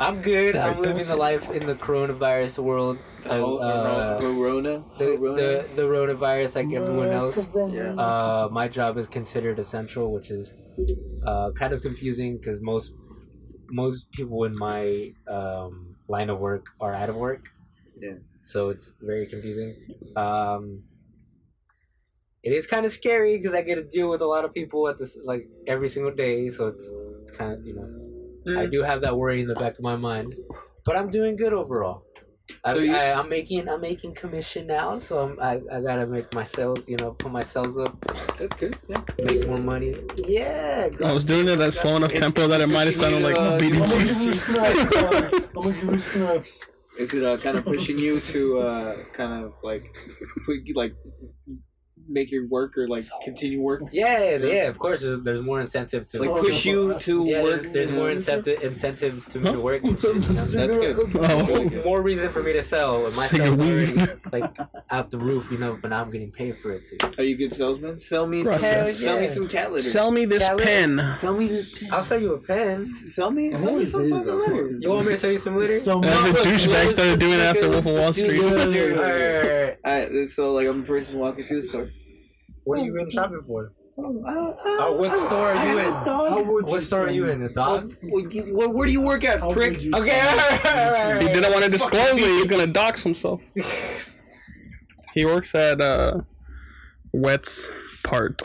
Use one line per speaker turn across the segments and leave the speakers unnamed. I'm good. I'm
Alright,
living
don't
the
say-
life in the coronavirus world. I-
Oh,
uh,
Corona.
the,
Corona?
the the coronavirus like everyone else.
Yeah.
Uh, my job is considered essential, which is uh, kind of confusing because most most people in my um, line of work are out of work.
Yeah.
So it's very confusing. Um, it is kind of scary because I get to deal with a lot of people at this like every single day. So it's it's kind of you know I do have that worry in the back of my mind, but I'm doing good overall. I,
So you-
I, I'm making I'm making commission now, so I'm I, I gotta make my sales, you know, put my sales up,
That's good. Yeah.
make more money. Yeah,
I
girl.
was doing it at slow enough
It's-
tempo that it might have
it's-
sounded like
uh,
beating
I'm gonna
cheese.
do
uh, I'm gonna give you snaps.
Is it uh, kind of pushing you to uh, kind of like put, like make your work or like continue work?
yeah, yeah. Of course, there's, there's more incentive to
Like
Oh,
push you to
yeah,
work.
there's, there's more
That's
incentive incentives to me to work. And shit, you Oh. know?
good. That's really good.
More reason for me to sell. and My
Sick of
sales already
weed.
like out the roof, you know. But now I'm getting paid for it too.
Are you a good salesman? Sell me some.
Process.
Sell me
Yeah.
some cat litter.
Sell me this
That was-
pen.
Sell me this. pen.
I'll sell you a pen.
Sell me.
I
Sell me
always
some
hated
fucking
that
letters.
part.
You want me to sell you some litter?
So
And then the douchebag started doing it after Wolf of Wall Street.
All right, all right, all right.
All right, so like I'm a person walking through the store.
What are you even shopping for?
Oh,
Uh, what store are you in?
How would
What store are you in? A dog?
What, what, you- what- where do you work at,
How
prick?
would you
Okay,
say-
alright, alright,
He
alright.
didn't want to disclose it. He's gonna dox himself. He works at uh, Wet's Part.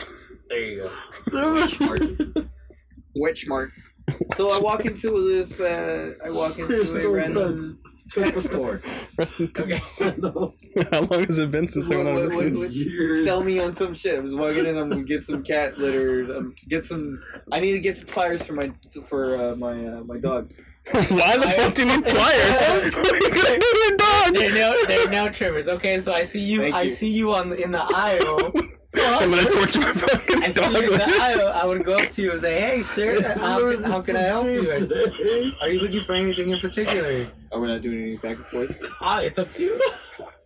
There you go.
Witch mark. So I walk into this. Uh, I walk into
Crystal
a
Pets.
random pet store.
Rest in peace.
No.
How long has it been since they went on
What- what-
reviews?
what-
Years.
Sell me on some shit. I was walking in. I'm gonna get some cat litter. Um, get some. I need to get some pliers for my for uh, my uh, my dog.
Why the fuck do you need pliers? what are you gonna do to
There
your
are
dog?
no, there are no trimmers. Okay, so I see you.
Thank
I
you.
see you on the, in the aisle.
I'm gonna torture my fucking
I see
dog.
you in
with
the
it.
aisle. I would go up to you and say, "Hey, sir, how,
Losing
how can I help
some
you?
teeth today.
Are you looking for anything in particular?
Are we not doing any back and forth?
Ah, it's up to you.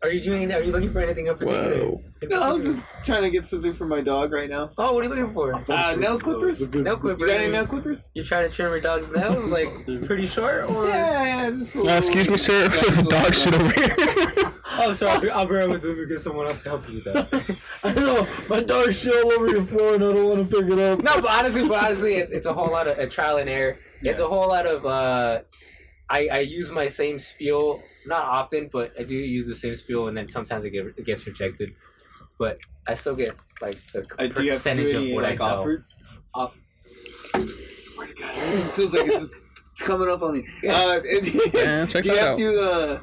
Are you doing? Are you looking for anything in particular?
Whoa.
In
No, I'm
particular?
just trying to get something for my dog right now.
Oh, what are you looking for?
Uh, nail clippers.
It's a
You
good-
No
got
clippers.
any nail clippers?
You're trying to trim your dog's nail, like pretty short, or
Yeah, yeah. just a
Uh,
little-
excuse me, sir.
Yeah,
There's a
just little-
dog shit over here.
oh, sorry, I'll be, I'll be right with you because someone else to help you with that.
I know my dog shit all over your floor, and I don't want to pick it up.
No, but honestly, but honestly, it's, it's a whole lot of a trial and error. It's a whole lot of. Uh, I I use my same spiel not often, but I do use the same spiel, and then sometimes it, get, it gets rejected. But I still get like the
Uh, do you have to do
percentage
any,
of what I
like,
sell.
offered? Off. Swear to God, it feels like it's just coming up on me. Uh,
Yeah, check
do you
that
have
out.
to? Uh,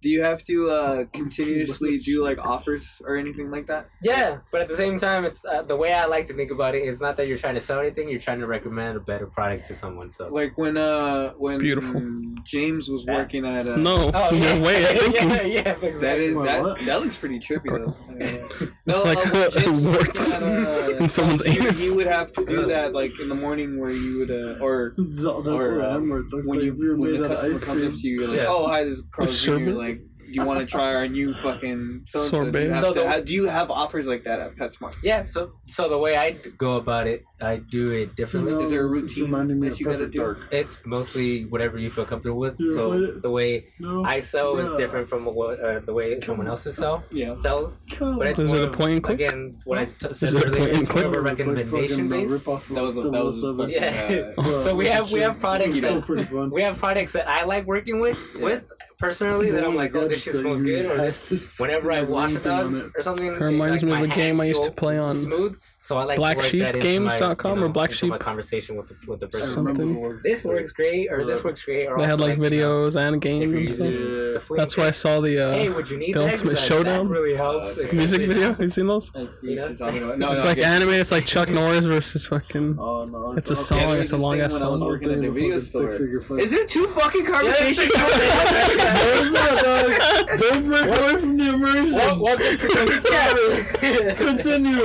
do you have to uh, continuously do like offers or anything like that?
Yeah, but at the same time, it's uh, the way I like to think about it is not that you're trying to sell anything; you're trying to recommend a better product to someone. So.
Like when uh when
Beautiful.
James was working at uh,
No,
Oh
no
yeah,
way. I think
yeah, yes, exactly.
that is
Wait,
that,
what?
that looks pretty trippy though.
it's like
when
uh,
James was
warts
working at, uh,
in someone's
you,
anus.
you would have to do that like in the morning where you would uh, or
So
um,
that's
Or,
what
uh,
Hemorrhoid looks
when
like
you
if we were
when
made
the
out of
customer
ice
comes up
cream.
to you, you're like,
Yeah.
oh hi, this is Carl
A
Jr.
sorbet?
Like, do you want to try our new fucking so
Sorbet.
So the-
do you have offers like that at PetSmart?
Yeah, so so the way I go about it, I do it differently.
No,
Is there a
it's
routine
reminding me
that
of
you gotta
Perfect
do?
Dark.
It's mostly whatever you feel comfortable with.
Yeah,
So
but-
the way
No.
I sell is
Yeah.
different from what uh, the way someone else's sell
Yeah.
sells.
Come
But it's
Is it
more
a
of-
point and click?
Again, what I t- said
it a
earlier,
point and
it's more
click?
of a
It's like
recommendation
fucking, uh,
base.
rip-off of
That was a
the
that was a
Will
fucking,
Seven.
Yeah.
uh,
Bro,
So we have we have
it's
products
still
that
pretty fun.
we have products that I like working with
Yeah.
with personally that I'm like, oh, this shit smells good, or this. Whenever I wash a dog or something, it,
It reminds
like,
me
my
of a game
hands
I used to
feel
play on.
smooth. So I like to work that into my,
blacksheepgames.com
you
or
know,
Black
into my
Sheep?
conversation with the with the person.
Some- something.
this works great, or this works great, or
They had
also,
like
you know,
videos and
if
games
you're
and
using
stuff.
the flea
That's why I saw the
hey,
uh,
would you need
the
that?
Ultimate
'Cause,
Showdown
that really helps.
Uh,
music
especially
video.
now.
You seen those?
I see
You
what
know?
she's talking about. No,
It's
no,
like
okay.
animated. It's like Chuck Norris versus fucking.
Oh no,
It's a
thought-
song,
Yeah, there was
it's a
this
long
thing
ass
when I was
song.
working at the
Fucking
video
stick
store.
figure fight.
Is there two fucking
Yeah,
conversations?
it's-
There's no dog. Don't break away from the immersion.
Wel- welcome to
Sorry. Continue.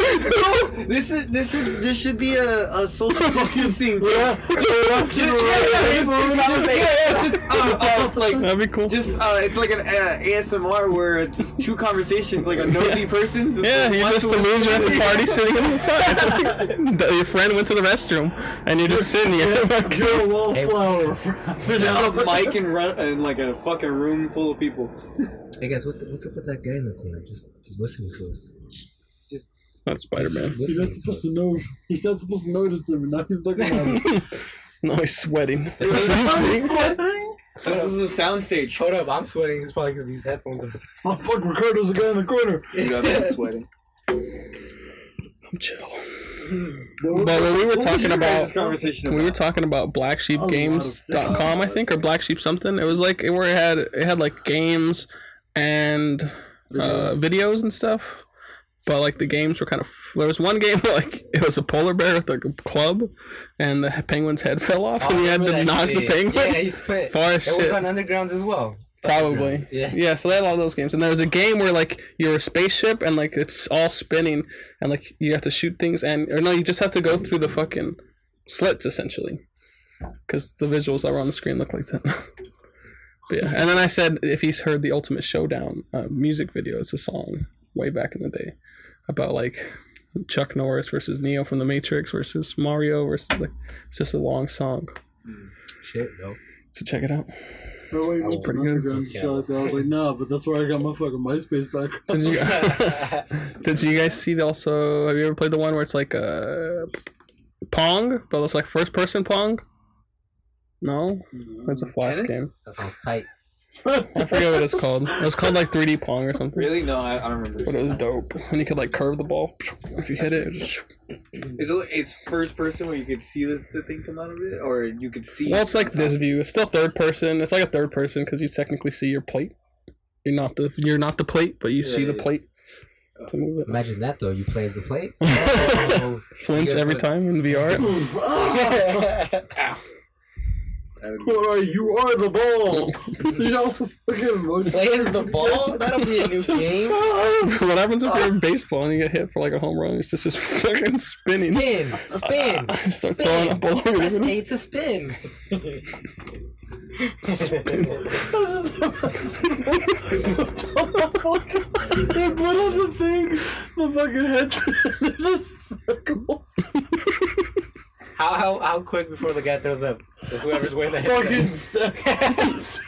This is this is this should be a, a social distancing.
Yeah. Left to
Just- yeah,
right.
yeah, just, uh, uh, like
That'd be cool.
just uh, it's like an uh, ASMR where it's just two conversations, like a nosy person. Just
yeah,
like,
you're
wants
just
to
the
listen
loser at the
to-
party sitting on the side. The- Your friend went to the restroom, and you're just sitting here.
You're a wallflower.
Just a mic and run and like a fucking room full of people.
Hey guys, what's what's up with that guy in the corner? Just just listening to us.
That's Spider Man.
Just
You're not
listening to
supposed
us.
to know. You're not supposed to notice him. and Now he's looking at us.
No, he's sweating.
This is a soundstage.
Hold up, I'm sweating. It's probably because these headphones are.
Oh fuck, Ricardo's a guy in the corner.
Dude, I've been sweating.
I'm chill.
No,
But when we were talking about
This conversation
we were
about?
talking about blacksheepgames.com i think or black sheep something it was like it where it had it had like games and uh, videos and stuff but like the games were kind of there was one game where, like it was a polar bear with like a club and the penguin's head fell off
Oh,
and you had to knock the penguin
Yeah, I used to put.
far
That was
shit.
on Undergrounds as well.
Probably.
Yeah.
Yeah, so they had all those games. And there was a game where like you're a spaceship and like it's all spinning and like you have to shoot things and or no, you just have to go through the fucking slits essentially. Cuz the visuals that were on the screen look like that. but yeah. And then I said if he's heard the Ultimate Showdown uh, music video, it's a song way back in the day about like Chuck Norris versus Neo from the Matrix versus Mario versus like it's just a long song.
Shit, no.
So check it out.
No, wait,
was
what's
pretty
an
good.
underground
Yeah.
shot? I was like, nah, but that's where I got my fucking MySpace back.
Did you, did you guys see the also? Have you ever played the one where it's like uh, Pong, but it's like first person Pong? No, that's a flash
Mm-hmm. Tennis?
game.
That's on site.
I forget what it's called. It was called like 3D Pong or something.
Really? No, I, I don't remember.
But it was dope. And you could like curve the ball. If you hit it, it was just-
Is it, it's first person where you could see the, the thing come out of it, or you could see.
well, it's like this view. It's still third person. It's like a third person because you technically see your plate. You're not the you're not the plate, but you see the
Right.
plate. To move it.
Imagine that though. You play as the plate. Oh.
Flinch every time in VR.
Oof, ah,
I would-
you are- you are the ball. you know, fucking emotion.
Play as the ball? That'll be a new game. Oh.
what happens if you're in baseball and you get hit for like a home run? It's just this fucking spinning.
Spin, spin,
I start
spin.
throwing up all over
Press
the
A to spin.
they put on the thing, the fucking heads in the circles.
How how how quick before the guy throws up? Whoever's wearing the
Fucking
headset.
seconds.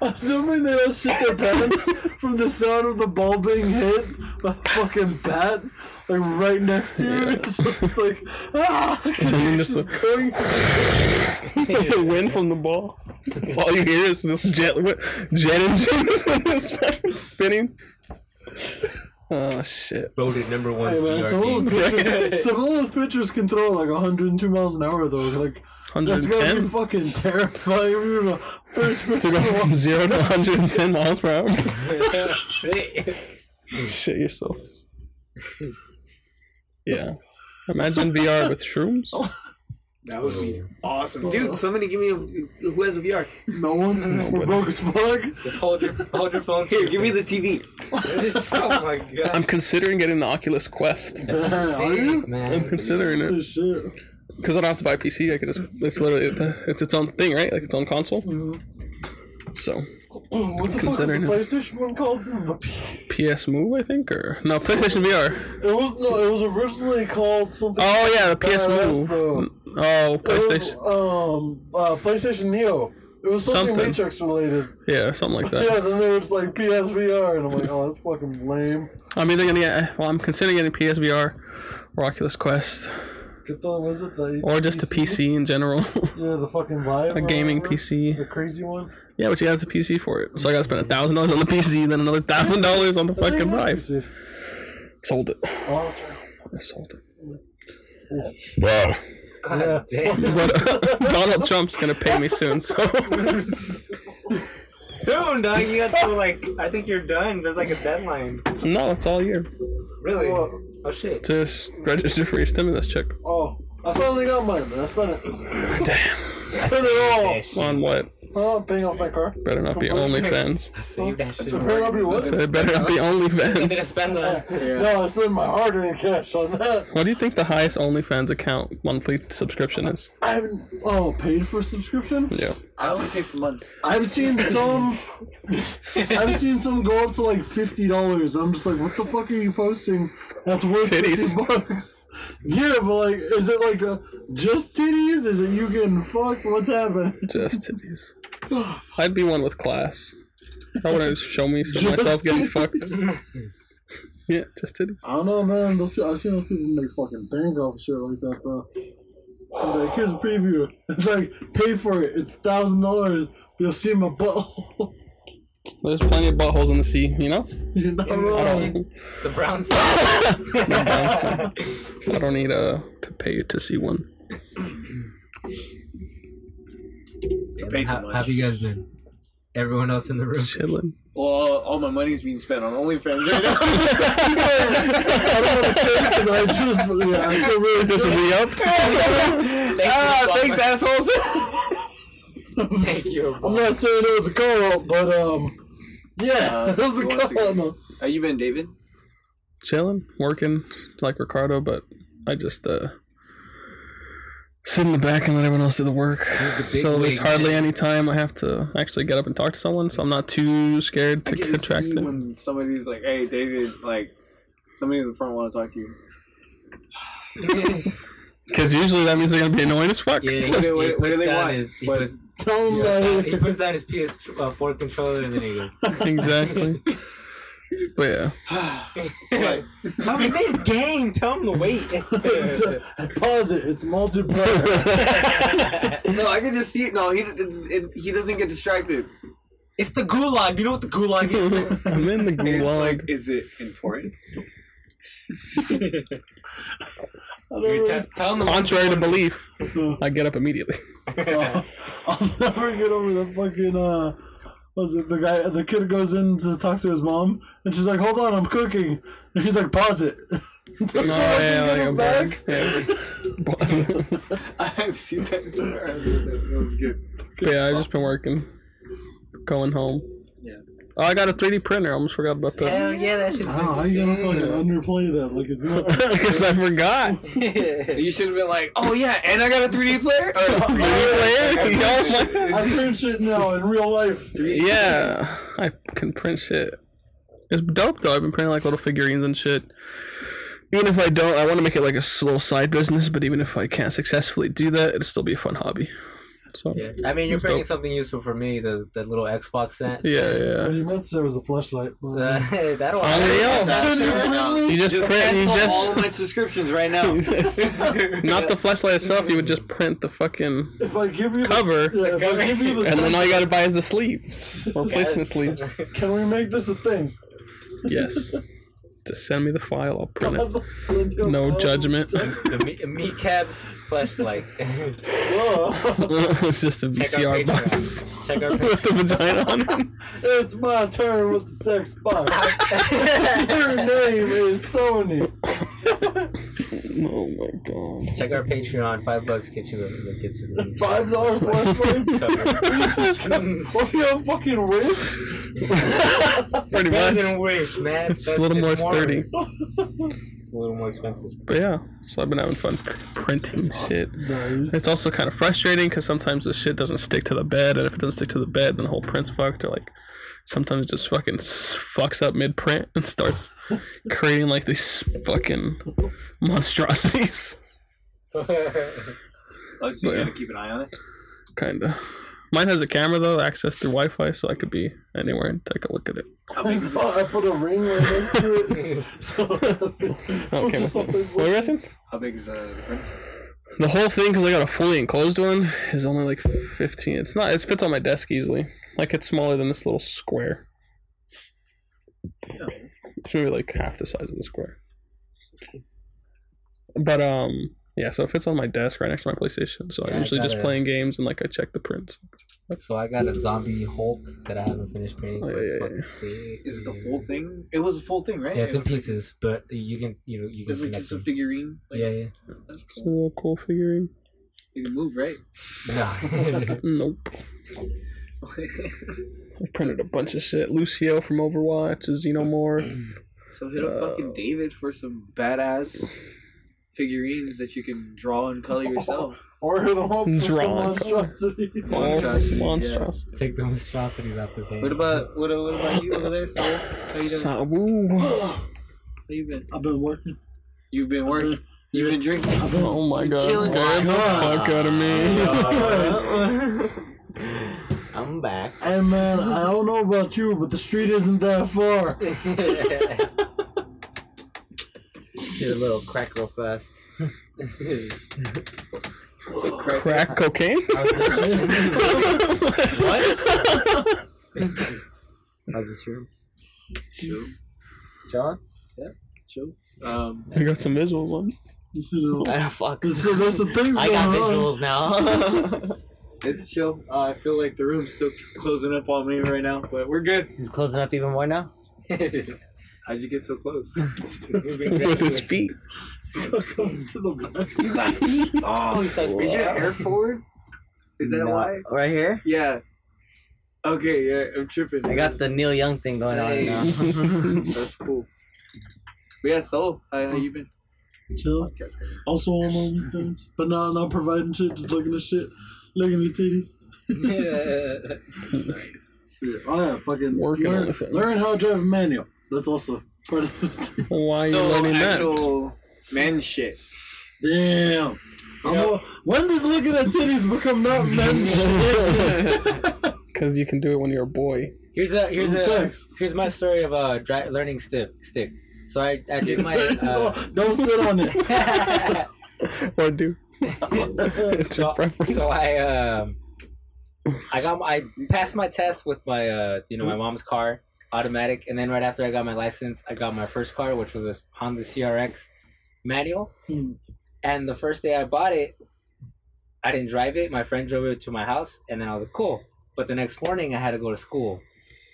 Assuming they don't shit their pants from the sound of the ball being hit by a fucking bat, like right next to you,
Yeah.
it's just like ah,
then
just,
just
just
the-
going.
the wind from the ball. That's all you hear is this jet wi- jet engines when it's fucking spinning. Oh shit.
Voted number one
Hey man, some of, those
game.
pitchers, some of those pitchers can throw like 102 miles an hour though. Like that's gotta be
110?
fucking terrifying. You're the First
To
person
go
to
from
watch.
0 to 110 miles per hour?
Shit.
Shit yourself. Yeah. Imagine VR with shrooms.
that would be
Oh.
awesome,
Oh.
dude. Somebody give me a who has a VR.
No one. We're broke as fuck.
Just hold your hold your phone
Here, give me the TV.
Just, oh my god.
I'm considering getting the Oculus Quest.
Are you?
sick, man.
I'm considering it.
Holy Shit.
because I don't have to buy a PC. I could just it's literally it's its own thing, right? Like its own console. So
Oh, what the fuck was the
Considering it.
PlayStation one called? The P-
PS Move, I think, or no PlayStation VR.
it was no, it was originally called something.
Oh yeah, the PS
badass,
Move.
though.
Oh
It
PlayStation.
was, um, uh, PlayStation Neo. It was something,
Something.
Matrix related.
Yeah, something like
Yeah,
that.
then there was like PSVR, and I'm like, oh, that's fucking lame.
I'm either gonna get. Well, I'm considering getting PSVR or Oculus Quest,
Good though, was it? The
or just a PC in general,
Yeah, the fucking vibe.
a
or
gaming
whatever.
PC.
The crazy one.
Yeah, but you have the PC for it, so I gotta spend a thousand dollars on the PC, then another thousand dollars on the
I think
fucking
it was
Vive.
PC.
Sold it.
Oh,
I sold it. Wow.
God damn.
But Donald Trump's gonna pay me soon, so.
Soon, dog. You got to like. I think you're done. There's like a deadline.
No, it's all year
Really?
What?
Oh shit.
to s- register for your stimulus check.
oh, I finally got mine, man. I spent it.
Damn.
Spent it all.
Ash.
On what?
Oh, I'm paying off my car.
Better not be OnlyFans.
I saved that shit.
It's better not be what?
So it better not be
I'm gonna
OnlyFans.
spend the.
No, I spent my hard-earned cash on that.
What do you think the highest OnlyFans account monthly subscription is?
I haven't. Oh, paid for subscription.
Yeah.
I only pay for months.
I've seen some. I've seen some go up to like fifty dollars. I'm just like, what the fuck are you posting? That's worth
Titties.
fifty bucks. Yeah, but like, is it like uh just titties? Is it you getting fucked? What's happening?
Just titties. I'd be one with class. I want to show me some
Just
myself getting
titties.
fucked. Yeah, just titties.
I don't know, man. Those people, I've seen those people make fucking bank off shit like that, though. I'm like, here's a preview. It's like, pay for it. It's thousand dollars. You'll see my butthole.
There's plenty of buttholes in the sea, you know?
You're not
In the
wrong.
sea. The brown sea.
No bounce. I don't need uh, to pay to see one.
Pay too
How,
much.
how have you guys been? Everyone else in the room.
Chilling.
Well, all my money's being spent on OnlyFans right now.
I don't want to say because I just, yeah, I feel really
Just re upped.
Ah, thanks,
assholes.
Thank you.
I'm not saying it was a call out, but um, yeah,
Uh,
it was a
who wants to
call out.
go?
No.
How you been, David?
Chilling, working like Ricardo, but I just uh, sit in the back and let everyone else do the work.
He's the big
So there's
wig
hardly
man.
any time I have to actually get up and talk to someone, so I'm not too scared
I
to
can
get
just see
attracted.
when somebody's like, "Hey, David," like somebody in the front want to talk to you.
Yes.
Because usually that means they're going to be annoying as fuck.
Yeah, he,
What do-
he
what do- what do
puts
they
down
want?
His, he,
What-
puts,
Tell him
he, puts down,
that
he puts down his PS4 controller and then he goes,
Exactly. but yeah.
Like,
I'm mid game. Tell him to wait.
it's a- pause it. It's multiplayer.
no, I can just see it. No, he it, it- he doesn't get distracted.
it's the gulag. You know what the gulag is?
I'm in the
It's like,
gulag.
is it important?
You're te- tell him the
Contrary to belief, I get up immediately.
Uh, I'll never get over the fucking uh was it the guy the kid goes in to talk to his mom and she's like, Hold on, I'm cooking and he's like, Pause it.
No, yeah, like a
back.
boss. Yeah. Boss.
I've seen that. before. That was good.
yeah, I just been working, going home.
Yeah.
Oh, I got a 3D printer. I almost forgot about that.
Hell yeah, that shit's been
Wow, Oh, how you gonna fucking underplay that? Like it's not
Because I forgot.
sick.
You should have been like, "Oh yeah, and I got a 3D player." Or,
Are you aware?
I got
Y'all's
a 3D player.
like-
I print shit now in real life.
yeah, I can print shit. It's dope though. I've been printing like little figurines and shit. Even if I don't, I want to make it like a s- little side business. But even if I can't successfully do that, it'd still be a fun hobby. So
Yeah. I mean, you're
It's
bringing
dope.
something useful for me, the, that little Xbox set.
yeah,
What
yeah.
he meant to say was a flashlight, but
Uh, that'll
Unreal.
That's
Did you
it.
print me?
You just,
Just
print. You
cancel
just
all of my subscriptions right now.
Not the flashlight itself, you would just print the fucking.
if I give you the
Cover.
yeah, if I give you the
And then all you gotta buy is the sleeves. Replacement sleeves.
can we make this a thing?
Yes. Just send me the file, I'll print it.
uh,
No judgment.
the me- Meatcab's flashlight. Check
Whoa.
it's just a
our Patreon.
VCR box
our
with the vagina on it.
It's my turn with the sex box. Your name is Sony.
Oh my god.
check our Patreon. Five bucks gets you the gets you the
Five dollar flashlights. Jesus Christ. What are you a fucking rich?
Pretty
Better
much.
than Wish, man.
It's a little more sturdy.
It's a little more expensive.
But yeah, so I've been having fun printing shit.
Nice.
It's also kind of frustrating because sometimes the shit doesn't stick to the bed, and if it doesn't stick to the bed, then the whole print's fucked. Or like, sometimes it just fucking s- fucks up mid print and starts creating like these fucking monstrosities.
Oh, so you gotta keep an eye on it.
Kinda. Mine has a camera though, access through Wi-Fi, so I could be anywhere and take a look at it.
How
I
big is it?
saw I put a ring right next to it. So
Oh,
okay,
camera. thing. What were you asking?
How big is uh, the print?
The whole thing, because I got a fully enclosed one, is only like 15. It's not, it fits on my desk easily. Like, it's smaller than this little square. It's maybe like half the size of the square. But, um, yeah, so it fits on my desk right next to my PlayStation. So
Yeah, I
I'm usually just
gotta-
playing games and like I check the prints.
so I got a zombie Hulk that I haven't finished painting.
Oh,
but
yeah,
it's
yeah,
fucking sick,
Is it the
dude.
full thing? It was a full thing, right?
Yeah, it's
It
in
was like-
pieces, but you can you know you
It
can
was like
connect
just a
them.
figurine. Like,
Yeah, yeah.
That's
It's a
cool.
little cool figurine.
You can move, right?
No.
Nope. I printed a bunch of shit. Lucio from Overwatch, a Xenomorph.
so hit up fucking
Uh,
David for some badass figurines that you can draw and color yourself.
Or hit him up for some
Drawn.
monstrosity.
Monstrous.
Monstrosity,
Monstrous.
Take the monstrosities off his hands.
What about what, what about you over there, Saul? How you doing? How
Sa- woo.
you been?
I've been working.
You've been working. You've been drinking.
I've been
Oh my god.
Chilling.
Scared the fuck out of me.
Jesus
Uh,
Christ.
I'm back.
Hey man, I don't know about you, but the street isn't that far.
Did a little crackle fest.
Crack.
Crack cocaine?
I was just-
what?
How's the shrooms?
Sure.
John?
Um,
I got some visuals on.
You know,
Ah, fuck.
so there's some things
I
going
got
on.
visuals now.
it's chill. Uh, I feel like the room's still closing up on me right now, but we're good.
He's closing up even more now.
How'd you get so close?
With his feet.
Come to the back.
oh, he starts
Is your hair forward? Is that why?
Right here?
Yeah. Okay, yeah, I'm tripping.
I got the Neil Young thing going on now.
That's cool. But yeah, so how, how you been?
Chill. Also on my weekends, but not not providing shit, just looking at shit, looking at titties.
nice.
Shit. Oh yeah, fucking
Working on
learn,
the things.
learn how to drive a manual. That's also part of it.
Why are you
So
learning that?
actual man shit.
Damn. I'm
Yeah.
all- when did looking at titties become not men shit?
Because you can do it when you're a boy.
Here's a here's a
Facts.
here's my story of uh dri- learning stick stick. So I I did my uh,
Don't sit on it.
Or do. It's your
so,
preference.
so I um I got my, I passed my test with my uh you know my mom's car automatic, and then right after I got my license, I got my first car, which was a Honda CRX manual.
Hmm.
And the first day I bought it, I didn't drive it. My friend drove it to my house, and then I was like, cool. But the next morning, I had to go to school.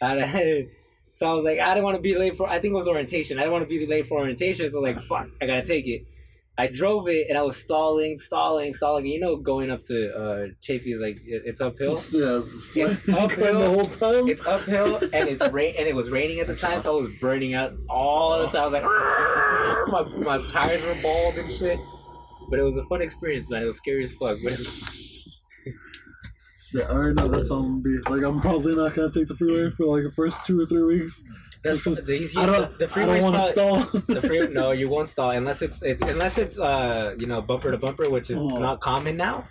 And I- so I was like, I didn't want to be late for. I think it was orientation. I didn't want to be late for orientation. So like, fuck, I gotta take it. I drove it, and I was stalling, stalling, stalling. You know, going up to uh, Chafee is like it, it's uphill.
Yeah, it's
It's
like crying
uphill.
the whole time.
It's uphill, and it's rain, and it was raining at the time, so I was burning out all the time. I was like, "Argh." my my tires were bald and shit. But it was a fun experience, man. It was scary as fuck. But it-
Shit, I already know that's how I'm gonna be. Like, I'm probably not gonna take the freeway for like the first two or three weeks.
that's
This is-
he's,
I don't.
the, the
I
freeway's
don't want to
probably-
stall.
the free no you won't stall unless it's it's unless it's uh you know bumper to bumper which is
Oh.
not common now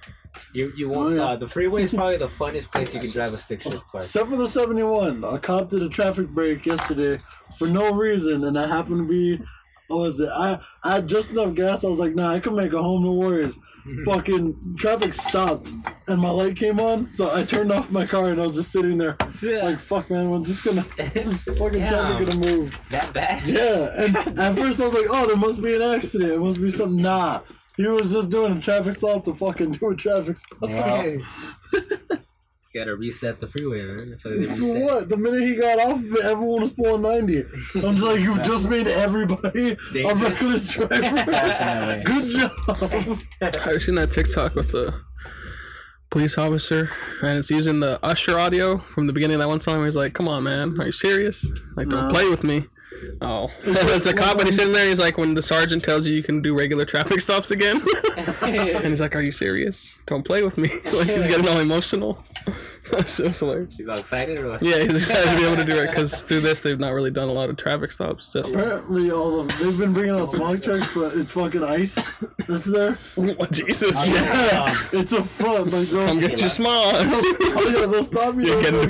you you won't
Oh, yeah.
stall the freeway is probably the funnest place you can drive a stick shift car
Except for the 71, I cop did a traffic break yesterday for no reason, and I happened to be. What was it? I I had just enough gas. I was like, nah, I can make it home. No worries. Fucking traffic stopped, and my light came on, so I turned off my car, and I was just sitting there. Like fuck, man, when's this gonna? This fucking traffic gonna move.
that bad
Yeah, and at first I was like, oh, there must be an accident. It must be something. Nah, he was just doing a traffic stop to fucking do a traffic stop.
Wow. you gotta reset the freeway man that's what they
For
reset.
what? The minute he got off of it, everyone was pulling 90. I'm just like, you've just made everybody a
Dangerous.
reckless driver.
Definitely.
Good job.
Have you seen that TikTok with the police officer and it's using the Usher audio from the beginning of that one song where he's like, Come on man, are you serious? Like don't
No.
play with me. Oh. it's a cop and he's sitting there and he's like when the sergeant tells you you can do regular traffic stops again and he's like, Are you serious? Don't play with me. like he's getting all emotional. That's just hilarious.
she's all excited or what
Yeah, he's excited to be able to do it because through this they've not really done a lot of traffic stops. Just
Apparently, all of them, they've been bringing out smog trucks, but it's fucking ice that's there.
Oh, Jesus,
Yeah, it's a front. Like, they'll-
come get your smile.
oh yeah, they'll stop you.
You're getting
They'll-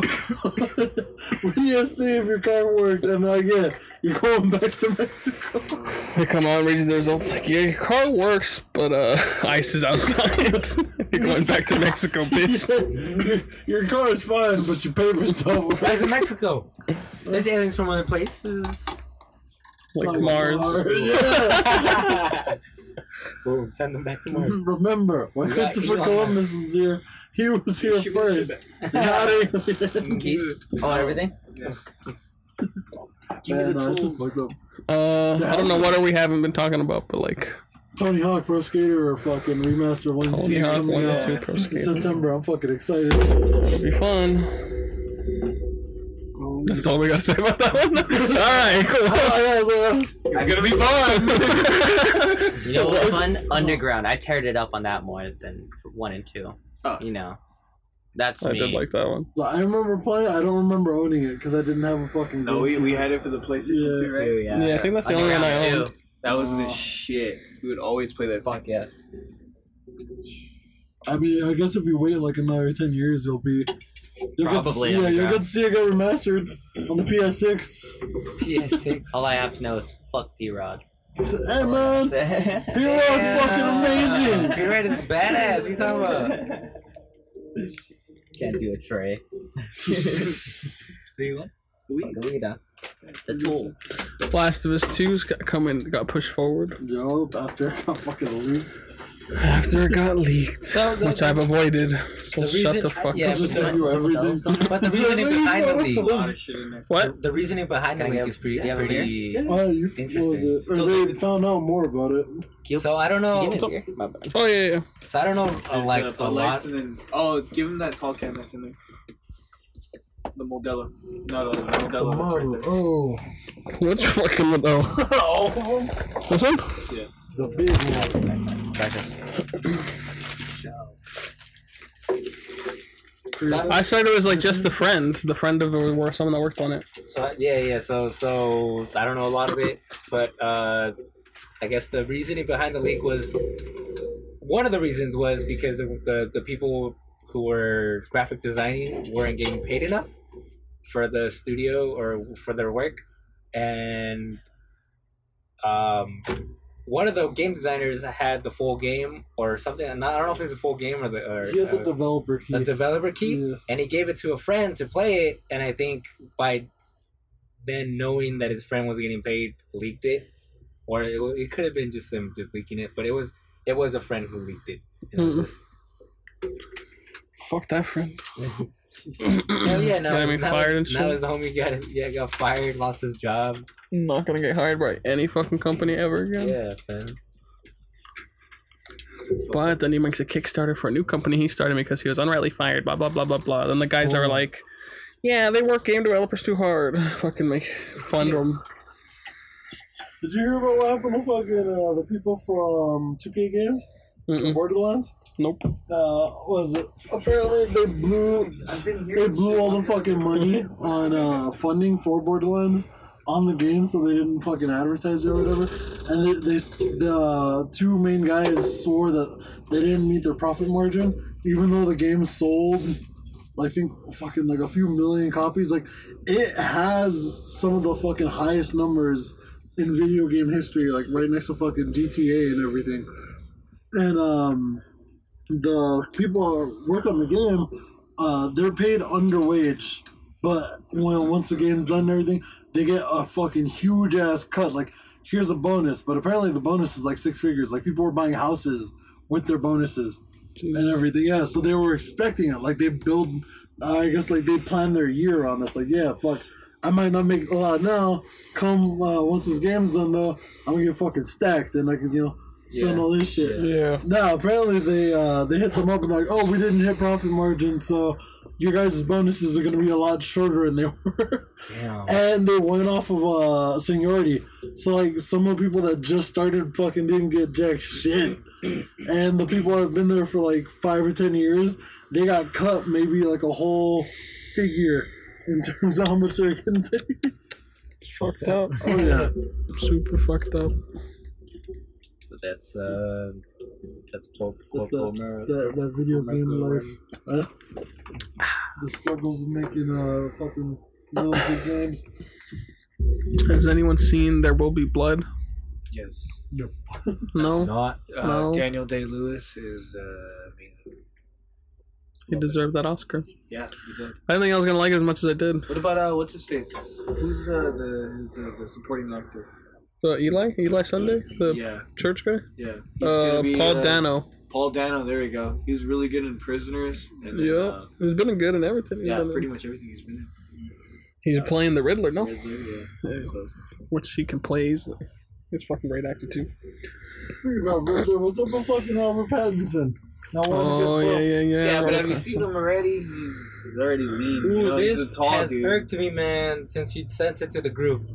the fight.
Yo, we just see if your car worked, and like, yeah, you're going back to Mexico.
They come out reading the results like, yeah, your car works, but uh, ice is outside. You're going back to Mexico, bitch.
your, your car is fine, but your papers don't work.
why is it Mexico there's aliens from other places
Like Mars.
Yeah.
boom send them back to Mars
Remember, when
We got
Christopher
Elon
Columbus was here, he was here
Shoot the shit
first. Not alien.
oh everything
Give me
Man,
the
no, it's
tools.
just fucked up.
Uh, I don't know what we haven't been talking about, but like,
Tony Hawk Pro Skater or fucking remaster one Tony
Tony Hawk
coming
One
yeah.
and
out
Two Pro
in
Skater.
September. I'm fucking excited.
It'll be fun.
Um,
That's all we gotta say about that one. all right, cool. Oh, It's gonna be fun.
You know
What's-
what? Fun underground. I teared it up on that more than one and two.
Oh.
You know, that's
I
me.
did like that one.
so I remember playing. I don't remember owning it because I didn't have a fucking.
No, we,
GameCube.
we had it for the PlayStation
Yeah.
2, right?
Yeah, I think that's the only one I
Underground
owned.
two.
That was the
Oh.
shit. We would always play that.
Fuck yes.
I mean, I guess if we wait like another ten years, it'll be. You'll
Probably
Get, yeah, you'll
underground.
get Sega remastered on the PS6.
PS6.
All I have to know is fuck P Rod.
So, hey man, P Rod's fucking amazing.
You're right, it's badass. What are you talking about?
Can't do a tray. See what? The weed. The tool.
Last of Us 2's got coming got pushed forward
Yo, after I got fucking leaked.
after it got leaked,
So the-
which I've avoided. So
the
shut
reason-
the fuck
yeah,
I
up.
just
but-
sent you everything.
But the reasoning behind the leak,
A lot of shit in there.
What?
the reasoning behind the
Can I
leak
have-
is pretty,
yeah, over
pretty.
Uh, you,
Interesting.
what was it? Or
Still
they
good.
found out more about it.
Yep.
So I don't know.
Oh yeah, yeah.
So I don't know. uh,
There's,
like
uh,
a lot.
Polaris and then- oh, give him that tall can that's in there. The Modelo. Not a Modelo. That's right there.
Oh,
Which fucking oh? This one?
the big one.
So-
I said it was like just the friend, the friend of the were someone that worked on it.
So yeah, yeah. So so I don't know a lot of it, but uh, I guess the reasoning behind the leak was one of the reasons was because of the the people who were graphic designing weren't getting paid enough for the studio or for their work, and um, one of the game designers had the full game or something. I don't know if it's a full game or the or
He had the
uh,
developer key.
a developer key
Yeah.
and he gave it to a friend to play it and i think by then knowing that his friend was getting paid leaked it or it, wa- it could have been just him just leaking it but it was it was a friend who leaked it and it was
Mhm.
just,
Fuck that friend.
hell Oh, yeah now,
Got
his,
me
now,
fired and
his, now
shit.
his homie got his, yeah got fired lost his job
I'm not gonna get hired by any fucking company ever again.
yeah man
But then he makes a Kickstarter for a new company he started because he was unrightly fired. Blah blah blah blah blah. Then the guys that were like, "Yeah, they work game developers too hard." Fucking make fund them.
Did you hear about what happened to fucking uh, the people from 2K Games?
Mm-hmm.
Mm-mm.
Borderlands?
Nope.
Uh, was it? Apparently they blew. They blew all the fucking money on uh, funding for Borderlands on the game, so they didn't fucking advertise it or whatever. And they, they s- the two main guys swore that they didn't meet their profit margin, even though the game sold. I think fucking like a few million copies. Like it has some of the fucking highest numbers in video game history, like right next to fucking GTA and everything. And um, the people that work on the game, uh, they're paid underwage, but when once the game's done and everything, they get a fucking huge ass cut. Like here's a bonus, but apparently the bonus is like six figures. Like people were buying houses with their bonuses and everything. Yeah, so they were expecting it. Like they build, I guess like they plan their year on this. Like yeah, fuck. I might not make a lot now. Come uh, once this game's done though, I'm gonna get fucking stacks and I can you know spend
Yeah.
all this shit.
Yeah.
No, apparently they uh, they hit them up and like, oh, we didn't hit profit margin, so your guys' bonuses are gonna be a lot shorter than they were.
damn
and they went off of uh, seniority, so like some of the people that just started fucking didn't get jack shit, and the people that have been there for like five or ten years, they got cut maybe like a whole figure in terms of how much they're getting paid.
It's fucked up.
Oh yeah,
Super fucked up.
but that's uh that's poor
That's the- that, that video game life. Uh, the struggles of making uh fucking millions of games.
Has anyone seen There Will Be Blood?
Yes.
No.
not
Uh,
No.
Daniel Day Lewis is uh, amazing.
He
Love it.
deserved that Oscar.
Yeah, he did.
I didn't think I was gonna like it as much as I did.
What about uh, what's his face? Who's uh, the, the the supporting actor?
The Eli, Eli Sunday, the
yeah,
church guy.
yeah.
Uh, Paul
uh,
Dano.
Paul Dano. There we go. He was really good in Prisoners. And then,
Yep.
uh,
he's been good in everything. He's
yeah,
been in-
pretty much everything he's been
He's playing the Riddler,
in.
no?
Riddler, yeah.
Yeah.
So it's-
Which he can play easily. He's fucking great actor too.
Speaking about Riddler, what's up with fucking Robert Pattinson? Now I wanna get
Oh yeah,
buff.
yeah, yeah.
Yeah, but
Robert
have you
Pattinson.
seen him already? He's already lean. you
Ooh,
know, he's
this
a tall
has
dude.
irked me, man, since you sent it to the group.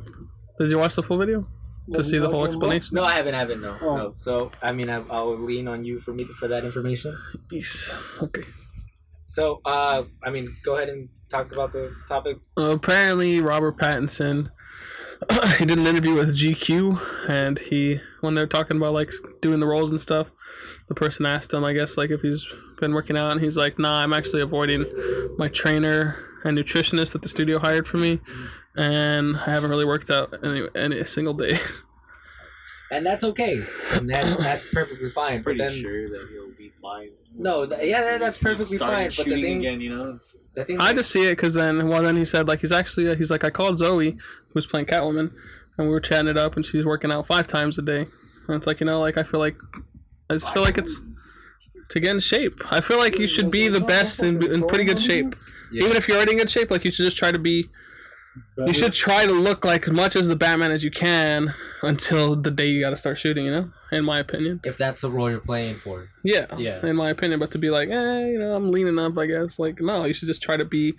Did you watch the full video to
What
see
you
the whole
talking about?
explanation?
No, I haven't, I haven't, no.
Oh.
no. So, I mean, I, I'll lean on you for me for that information.
Yes. Okay.
So, uh, I mean, go ahead and talk about the topic.
Uh, apparently, Robert Pattinson he did an interview with GQ, and he when they're talking about like doing the roles and stuff, the person asked him, I guess, like if he's been working out, and he's like, Nah, I'm actually avoiding my trainer and nutritionist that the studio hired for me, and I haven't really worked out any any single day.
And that's okay. And that's, that's perfectly fine. But
Pretty
then,
sure that he'll be fine.
no, th- yeah, that, that's perfectly
Starting
fine. But
shooting
the thing,
again, you know. It's-
the thing
I just see it because then, well, then he said like he's actually he's like I called Zoe who's playing Catwoman, and we were chatting it up, and she's working out five times a day, and it's like you know like I feel like I just feel like it's to get in shape. I feel like you should be the best in, in pretty good shape,
Yeah.
even if you're already in good shape. Like you should just try to be you should try to look like as much as the Batman as you can until the day you got to start shooting. You know, in my opinion.
if that's the role you're playing for.
Yeah.
Yeah.
In my opinion, but to be like, eh, you know, I'm leaning up, I guess. Like, no, you should just try to be,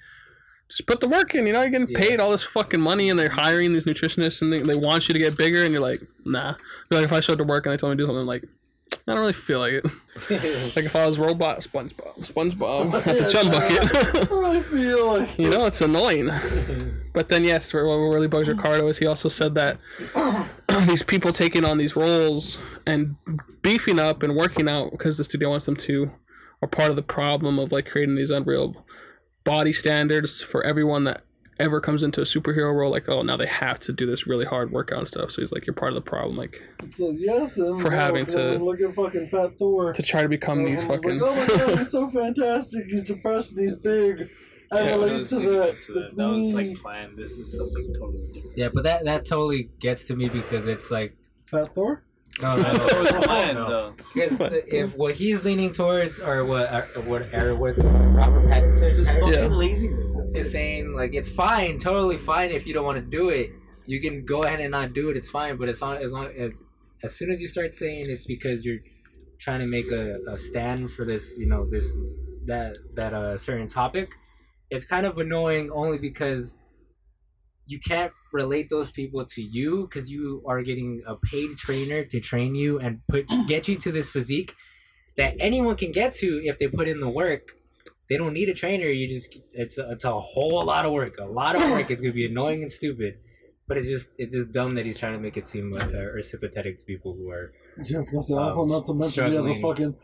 just put the work in. You know, you're getting
Yeah.
paid all this fucking money, and they're hiring these nutritionists, and they, they want you to get bigger, and you're like, nah. But like if I showed up to work and they told me to do something, I'm like, I don't really feel like it. Like if I was robot SpongeBob, SpongeBob at the chum
I
bucket.
really feel like
you know, it's annoying. But then, yes, what what really bugs Ricardo is he also said that these people taking on these roles and beefing up and working out because the studio wants them to are part of the problem of like creating these unreal body standards for everyone that ever comes into a superhero role. Like, oh, now they have to do this really hard workout and stuff. So he's like, you're part of the problem. Like,
it's like yes, and
For having to-
look at fucking Fat Thor.
to try to become
And
these
I was
fucking.
Like, oh my god, he's so fantastic. He's depressed and he's big. I
Yeah.
relate to that.
to
It's
that. That was
me.
like planned. This is something totally different.
Yeah, but that, that totally gets to me because it's like, oh,
Fat Thor.
no,
I
no,
thought it
no.
was planned, though.
Because
What?
if what he's leaning towards, or what, or what, or what's Robert Pattinson Pattinson
Yeah.
laziness.
is saying, like it's fine, totally fine if you don't want to do it. You can go ahead and not do it. It's fine, but as long as long as as soon as you start saying it's because you're trying to make a, a stand for this, you know, this that that uh certain topic, it's kind of annoying only because you can't relate those people to you because you are getting a paid trainer to train you and put get you to this physique that anyone can get to if they put in the work. They don't need a trainer. You just it's a, it's a whole lot of work. A lot of work. It's gonna be annoying and stupid, but it's just it's just dumb that he's trying to make it seem like uh, or, or sympathetic to people who are
Yeah, I was gonna say also
Um,
not to mention the other
struggling.
fucking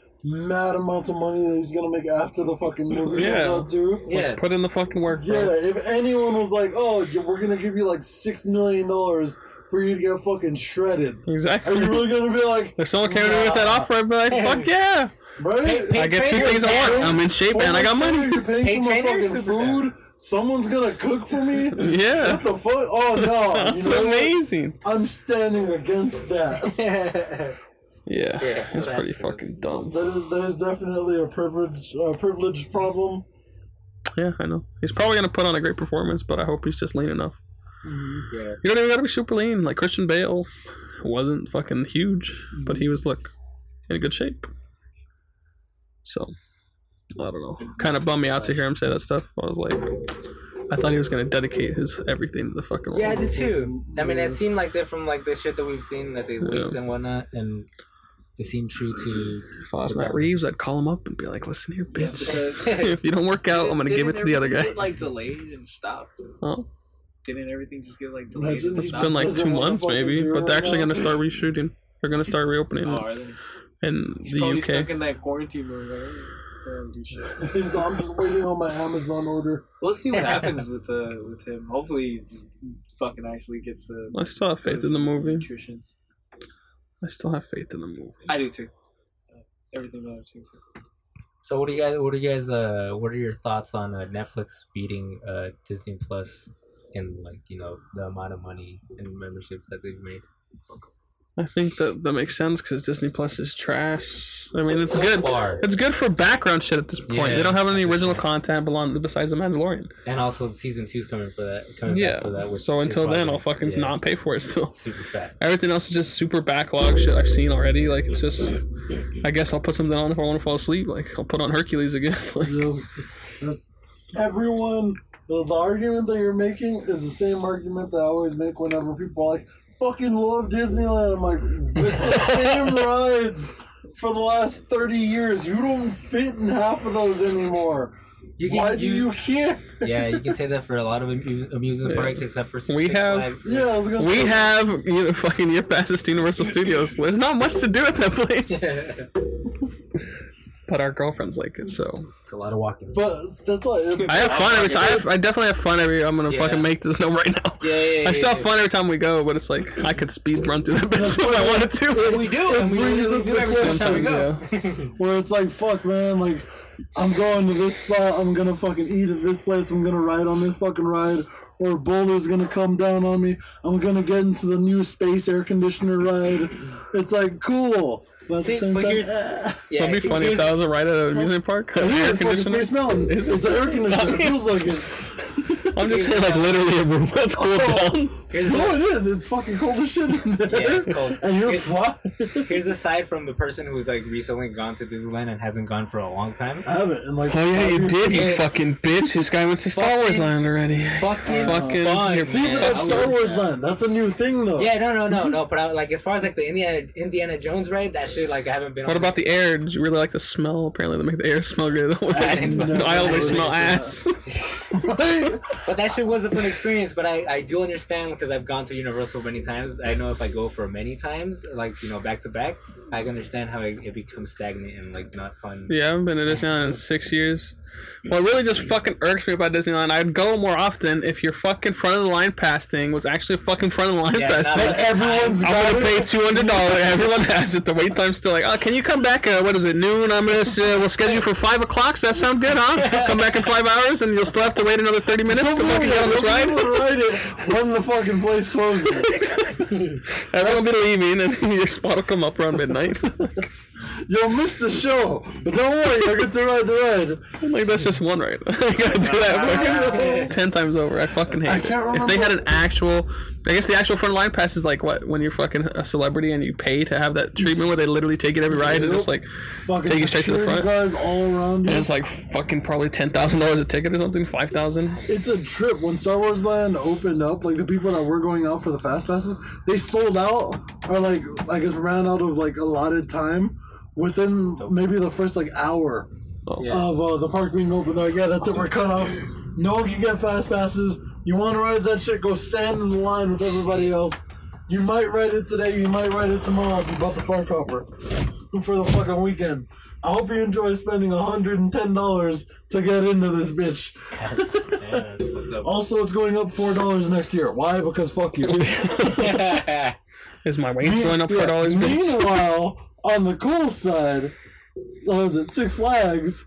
mad amounts of money that he's gonna make after the fucking movie
Yeah.
comes out too.
yeah.
Put in the fucking work.
Yeah,
Bro.
if anyone was like, "Oh, yeah, we're gonna give you like six million dollars for you to get fucking shredded," are
Exactly.
you really gonna be like,
If someone came to me with that
Nah.
offer, I'd be like, fuck yeah.
"Right,
Pay
I get two
trainers,
things I
man.
want. I'm in shape and I got money.
You're paying
Hey,
for my
trainer,
fucking
super
food. Someone's gonna cook for me.
Yeah.
What the fuck? Oh no!
That's
You know what?
amazing.
I'm standing against that.
Yeah.
Yeah, so
it's
that's
pretty
it.
fucking dumb.
That is that is definitely a privilege uh, privilege problem.
Yeah, I know. He's probably gonna put on a great performance, but I hope he's just lean enough.
Mm-hmm. yeah.
You don't even gotta be super lean. Like Christian Bale wasn't fucking huge, but he was look in good shape. So I don't know. Kinda bummed me out to hear him say that stuff. I was like I thought he was gonna dedicate his everything to the fucking role.
Yeah, I did too. I mean, it seemed like they're from like the shit that we've seen that they leaked and whatnot, and it seemed true to.
if I was Matt Reeves, I'd call him up and be like, Listen here, bitch.
because-
if you don't work out, Oh, I'm gonna give it
Didn't
to the other
everything
guy.
Get, like delayed and stopped.
Huh?
Didn't everything just get like delayed?
Imagine
And
he
It's
stopped?
been like
Doesn't
two
want to
months
fucking
maybe,
do it
but they're
right
actually
now.
gonna start reshooting. They're gonna start reopening
Oh,
it
are they?
in
He's
the
probably
UK.
stuck in that quarantine room. Right? They don't do shit.
So I'm just waiting on my Amazon order.
We'll see what happens with uh with him. Hopefully, he just fucking actually gets a
I still have faith in the movie.
nutrition.
I still have faith in the movie.
I do too. Uh, Everything matters to me too.
So, what do you guys? What do you guys? Uh, what are your thoughts on uh, Netflix beating uh, Disney Plus in like you know the amount of money and memberships that they've made?
I I think that that makes sense because Disney Plus is trash. I mean, it's
So
good.
far.
It's good for background shit at this point.
Yeah,
they don't have any
at this
original
point.
content belong besides the Mandalorian.
And also, season two's coming for that. Coming back
Yeah.
for that. Which
so
is
until then,
probably-
I'll fucking
yeah,
not pay for it still.
it's Super fat.
Everything else is just super backlog shit I've seen already. Like it's just, I guess I'll put something on if I want to fall asleep. Like I'll put on Hercules again. Like
That's- that's- everyone, the, the argument that you're making is the same argument that I always make whenever people are like, fucking love Disneyland. I'm like, it's the same rides for the last 30 years. You don't fit in half of those anymore.
You can,
Why do
you,
you can't?
yeah, you can say that for a lot of amuse- amusement
Yeah.
parks, except for Six
We
Six
have-
Flags.
Yeah, I was gonna
we
say,
have you know, fucking year passes to Universal Studios. There's not much to do at that place.
it's
But our girlfriends like it, so
a lot of walking.
But that's all. It,
I have fun every time. I, have, I definitely have fun every. I'm gonna
Yeah.
fucking make this note right now.
yeah, yeah, yeah,
I still
yeah.
have fun every time we go, but it's like I could speed run through that bitch if I wanted
And
to.
we do, and we
brings
really
up
do
the
every single time we go.
sometimes,
where it's like, fuck, man, like, I'm going to this spot, I'm gonna fucking eat at this place, I'm gonna ride on this fucking ride, or a boulder's gonna come down on me, I'm gonna get into the new space air conditioner ride. It's like, cool. But at
See,
the same
but
time,
here's-
eh.
Yeah,
That'd be funny if
here's-
that was a ride at an amusement park.
It
An
is
air
fucking
conditioner.
Space Mountain.
Is it?
It's an air conditioner. It feels like it.
I'm just saying, like literally a room that's cooled down.
Here's
No,
the-
it is. It's fucking cold as shit in there.
Yeah, it's cold.
And you're
It's-
flying.
Here's aside from the person who's like recently gone to Disneyland and hasn't gone for a long time.
I haven't. in like
Oh yeah,
five
you
years.
did,
Yeah.
you fucking bitch. This guy went to Star Wars
Fucking-
Land already.
Fucking
Fucking
fun,
your-
See,
man.
but that's
I
Star
would-
Wars land. That's a new thing, though.
Yeah, no, no, no, no. But I, like, as far as like the Indiana Indiana Jones ride, that shit, like, I haven't been. on
What about the air? Did you really like the smell? Apparently, they make the air smell good.
I didn't
fucking
I
notice
always smell
that.
ass.
Right?
But that shit was a fun experience. But I, I do understand because I've gone to Universal many times. I know if I go for many times, like you know, back to back, I can understand how it, it becomes stagnant and like not fun.
Yeah, I haven't been to Disneyland in six years. What really just fucking irks me about Disneyland, I'd go more often if your fucking front of the line pass thing was actually a fucking front of the line
Yeah,
pass
not
thing.
like the time.
everyone's-
I'm gonna pay two hundred dollars. Everyone has it. The wait time's still like, oh, can you come back? Uh, what is it? Noon? I'm gonna say, we'll schedule you for five o'clock. Does that sound good, huh? Come back in five hours, and you'll still have to wait another thirty minutes to fucking get on this
People
ride.
will write it when the fucking place closes.
Everyone will be leaving, and your spot will come up around midnight.
You'll miss the show, but don't worry, you'll get to ride the ride.
Like that's just one right. I gotta do that fucking ten times over. I fucking hate
I
it.
can't
If they had an
remember-
actual, I guess the actual front line pass is like what when you're fucking a celebrity and you pay to have that treatment where they literally take it every ride and
Yep.
just like
Fucking
Take you straight to the
security Guys all around you.
and it's like fucking probably ten thousand dollars a ticket or something, five thousand.
It's a trip. When Star Wars Land opened up, like the people that were going out for the fast passes, they sold out or like I guess ran out of like allotted time within maybe the first like hour
Oh.
Yeah.
of uh, the park being open. They're like, yeah, that's it. We're cut off. No one can get fast passes. You want to ride that shit? Go stand in line with everybody else. You might ride it today. You might ride it tomorrow if you bought the park hopper for the fucking weekend. I hope you enjoy spending hundred and ten dollars to get into this bitch.
Yeah, that's fucked up.
Also, it's going up four dollars next year. Why? Because fuck you.
Is my wage going up
Yeah.
four dollars? bitch?
Meanwhile, on the cool side, what was it Six Flags?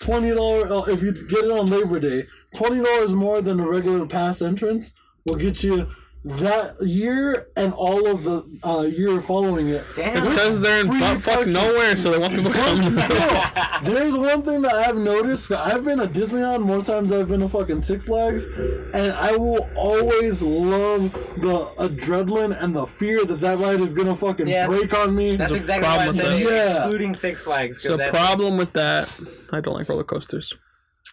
Twenty dollars uh, if you get it on Labor Day. Twenty dollars more than a regular pass entrance will get you that year and all of the uh, year following it.
It's
Damn.
because they're in
Free
buttfuck
parking.
nowhere, so they want people to come.
Still, there's one thing that I've noticed. I've been at Disneyland more times than I've been to fucking Six Flags, and I will always love the adrenaline and the fear that that ride is gonna fucking
Yeah.
break on me.
That's exactly why I
problem with
said
that. Yeah.
excluding Six Flags
So
because that
the problem with that, I don't like roller coasters,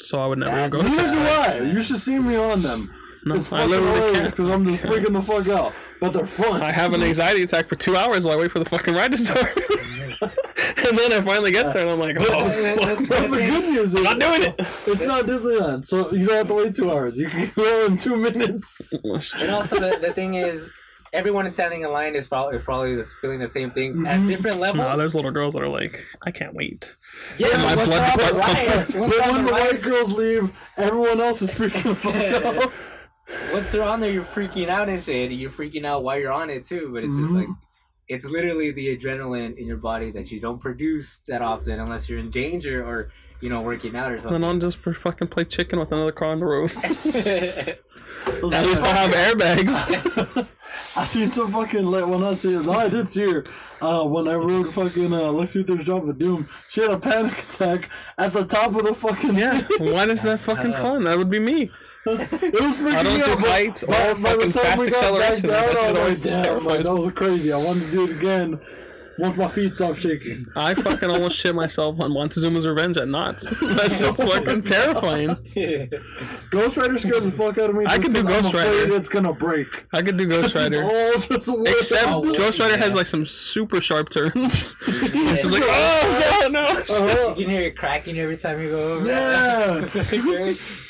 so I would never
That's-
go.
Neither do I.
Yeah.
You should see me on them.
No,
it's
I
fucking
literally
hilarious
can't.
because I'm just freaking the fuck out. But they're fun.
I have an anxiety attack for two hours while I wait for the fucking ride to start. and then I finally get there and I'm like, oh, fuck,
But
bro.
the good news is
I'm not doing it.
it's not Disneyland, so you don't have to wait two hours. You can go in two minutes.
And also, the, the thing is, everyone standing in line is probably, probably is feeling the same thing at different levels.
No, there's little girls that are like, I can't wait.
yeah,
my
what's
blood
on
start
the right?
pumping.
But
What's on
when
the
the
right?
white girls leave, everyone else is freaking the fuck out.
Once you're on there, you're freaking out and shit. and You're freaking out while you're on it too. But it's just
Mhm.
like, it's literally the adrenaline in your body that you don't produce that often unless you're in danger or you know working out or
And
something.
then I'll just per- fucking play chicken with another car on the road.
yeah,
At least I'll have airbags.
I seen some fucking like when I see no, I did see her uh, when I rode fucking uh, Lex Luthor's Drop of Doom. She had a panic attack at the top of the fucking
Yeah, why is that
That's
fucking
tough.
fun? That would be me.
It was freaking
I don't
out.
do
but
heights or
by, by the
fucking
time we
fast
got back down,
acceleration. That
I
shit
was
always
like, damn, like,
terrifies
that
me.
was crazy. I wanted to do it again once my feet stopped shaking.
I fucking almost shit myself on Montezuma's Revenge at Knott's. That shit's fucking terrifying.
Ghost Rider scares the fuck out of me.
I
just
can do
'cause
Ghost
I'm afraid
Rider.
It's gonna break.
I could do
It's
Ghost Rider.
all just wood.
Except
Oh,
Ghost Rider has
yeah.
like some super sharp turns. it's just like,
Yeah.
oh no, no.
Uh-huh.
You can hear it cracking every time you go over.
Yeah.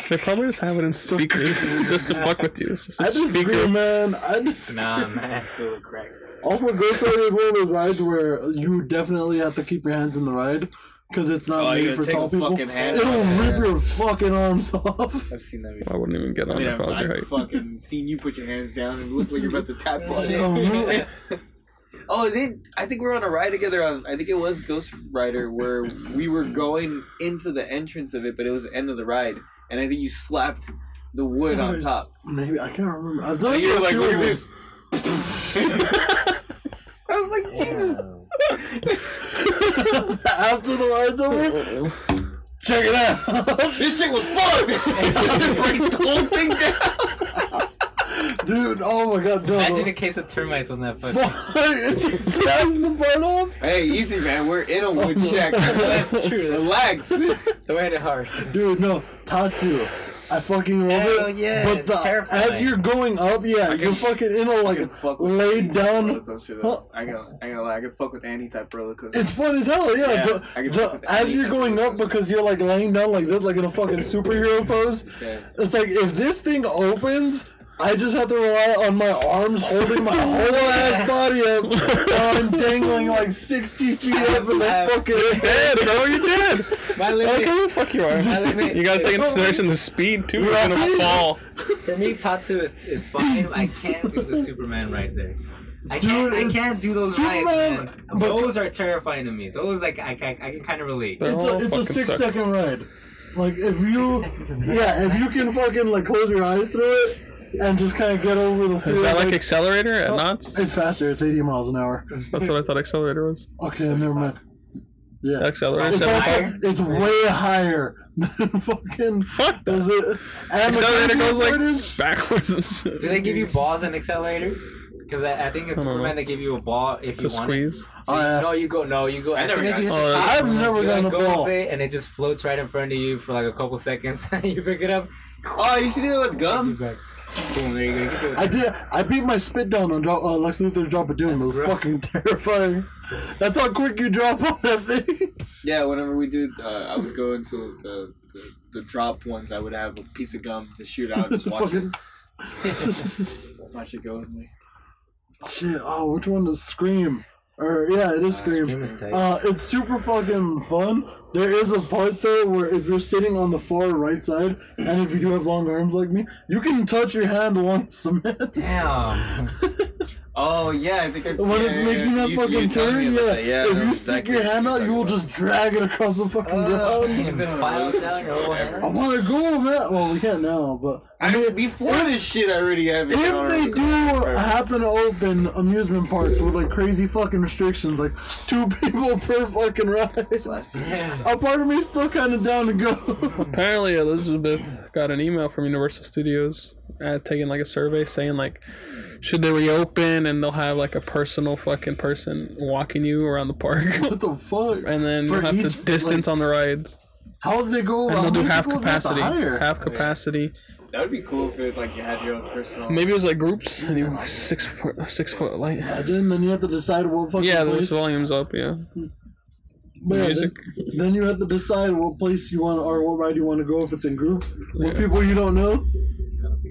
They probably just have it in speakers just to fuck with you. It's just
I
a
disagree,
speaker.
man. I just
nah, man. I feel the cracks.
also Ghost Rider is one of those rides where you definitely have to keep your hands in the ride because it's not
Oh,
made
you're
for
gonna take
tall
a
people.
fucking hand.
It'll
off,
rip
man.
your fucking arms off.
I've seen that
I
before.
wouldn't even get
I
on
mean,
if I
I've,
was your height.
I've fucking seen you put your hands down and look like you're about to tap
Oh,
on
no.
it. oh, then I think we were on a ride together on, I think it was Ghost Rider, where we were going into the entrance of it, but it was the end of the ride. And I think you slapped the wood on top.
Maybe I can't remember. I've done
And you
it
were
a
like,
few
look at
of them.
this. I was like, Jesus.
Wow.
After the ride's over, check it out.
This shit was fun! it breaks the whole thing down!
Dude, oh my god, no.
Imagine
no.
a case of termites on that foot.
Fuck, it just snaps the part off.
Hey, easy, man. We're in a wood shack.
That's true. That's
Relax.
Don't hit it hard.
Dude, no, Tatsu. I fucking love
Hell
it.
yeah,
but
it's
the,
terrifying.
as you're going up, yeah,
can-
you're fucking in a like
I could fuck with
laid
any Roller
down.
coaster,
Huh?
though. I gonna, I gonna lie. I could fuck with any type roller coaster.
It's fun as hell, yeah.
Yeah,
but
I could
the-
fuck with
as
any
you're
type of
going up,
person.
because you're like laying down like this, like in a fucking superhero pose,
Yeah.
it's like if this thing opens, I just have to rely on my arms holding my whole ass body up. while I'm dangling like 60 feet up in the
I've-
fucking air.
Dead, bro, you're dead.
My
I don't
limit
care who the fuck you
I
are.
mean,
You gotta take into
it's-
consideration the speed too. You're gonna fall.
for me, Tatsu is, is fine. I can't do the Superman right there. I
Dude,
can't. I
it's-
can't do those
Superman-
rides, man.
but-
Those are terrifying to me. Those like I can I can kind of relate.
They're
It's
all
a, it's
fucking
a six
suck.
second ride. Like if you
seconds of
yeah if you can fucking like close your eyes through it and just kind of get over the fear.
Is that like
like-
accelerator at
Oh.
Knott's?
It's faster. It's 80 miles an hour.
That's what I thought accelerator was.
Okay, never mind. Yeah.
Accelerator.
It's
seven
also
o'clock?
it's way higher than fucking.
Fuck that.
Is it? And the
Accelerator
crazy
goes
part is-
like backwards and shit.
Do they give you balls and accelerator? Because I, I think in
I don't know.
Superman they give you a ball if you
to
want. It.
squeeze?
So
Oh,
you-
yeah.
no, you go. No, you go.
I
As
never
soon as
got
you hit
that.
the
Oh,
shit,
I've never
you like,
gotten a
go
ball.
up it, and it just floats right in front of you for like a couple seconds. you pick it up.
Oh, you should do it with
Um,
takes you
gum.
back. Boom! There you go. You can do it.
I did. I beat my spit down on drop, uh, Lex Luthor's Drop of Doom. it was
gross.
fucking terrifying. That's how quick you drop on that thing.
Yeah, whenever we did, uh, I would go into the, the the drop ones. I would have a piece of gum to shoot out and just watch it,
Fucking-
watch it go with me.
Shit. Oh, which one is Scream? Or yeah, it is
Scream
Scream.
is tight.
Uh, it's super fucking fun. There is a part though where if you're sitting on the far right side, and if you do have long arms like me, you can touch your hand along cement.
Damn.
Oh yeah, I think I,
When
yeah,
it's
yeah,
making
yeah.
that
You-
fucking
you told me
turn,
about
yeah.
that.
if
I know
you stick
exactly
your
what
hand
you're
out, you
talking
will
about.
just drag it across the fucking
Oh,
ground.
you've been filed down your whole hand.
I want to go, man. Well, we can't now, but
I mean, before this shit, I already have. it
If
on.
they do happen to open amusement parks with like crazy fucking restrictions, like two people per fucking ride,
Yeah.
a part of me is still kind of down to go.
Apparently, Elizabeth got an email from Universal Studios uh, taking like a survey saying like, should they reopen and they'll have like a personal fucking person walking you around the park,
what the fuck?
and then
For
you'll have
each,
to distance on the rides,
How would they go?
and
how
they'll do
many
half
people would they have to
capacity,
hire?
half capacity.
that would be cool if it like you had your own personal.
Maybe it was like groups, and you six foot, six foot light.
Imagine, then you have to decide what fucking
Yeah,
place.
this volume's up. Yeah,
Man, then-
music.
Then, you have to decide what place you want or what ride you want to go if it's in groups with people you don't know.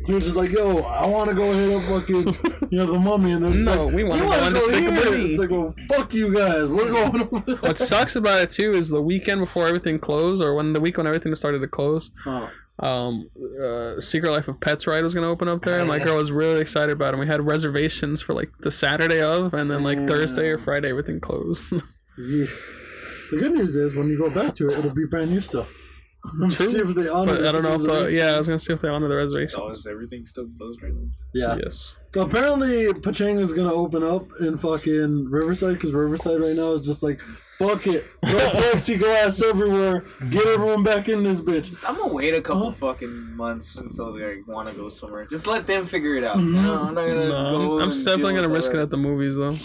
You're just like, yo, I want to go hit up fucking, you know, the mummy, and they're just
No,
like,
we
"You
wanna go
wanna
on Despicable Me."
It's like, well, fuck you guys, we're going over there.
What sucks about it too is the weekend before everything closed, or when the week when everything started to close,
Oh,
um, uh, Secret Life of Pets ride was gonna open up there, and my girl was really excited about it. We had reservations for like the Saturday of, and then like Thursday
Mm.
or Friday, everything closed.
yeah. The good news is when you go back to it, it'll be brand new stuff. Let's
True,
See if they honor
but I don't know.
the
If, uh, yeah, I
reservations.
was
Oh,
gonna see if they honor the reservation.
So is everything still closed right now?
yeah.
Yes,
Apparently, Pachanga's gonna open up in fucking Riverside because Riverside right now is just like, fuck it, let plexiglass everywhere, get everyone back in this bitch.
I'm gonna wait a couple
Huh?
fucking months until they want to go somewhere. Just let them figure it out.
Mhm.
No, I'm not gonna
Nah,
go.
I'm, I'm
and
definitely
deal
gonna
with
risk it
that.
at the movies though.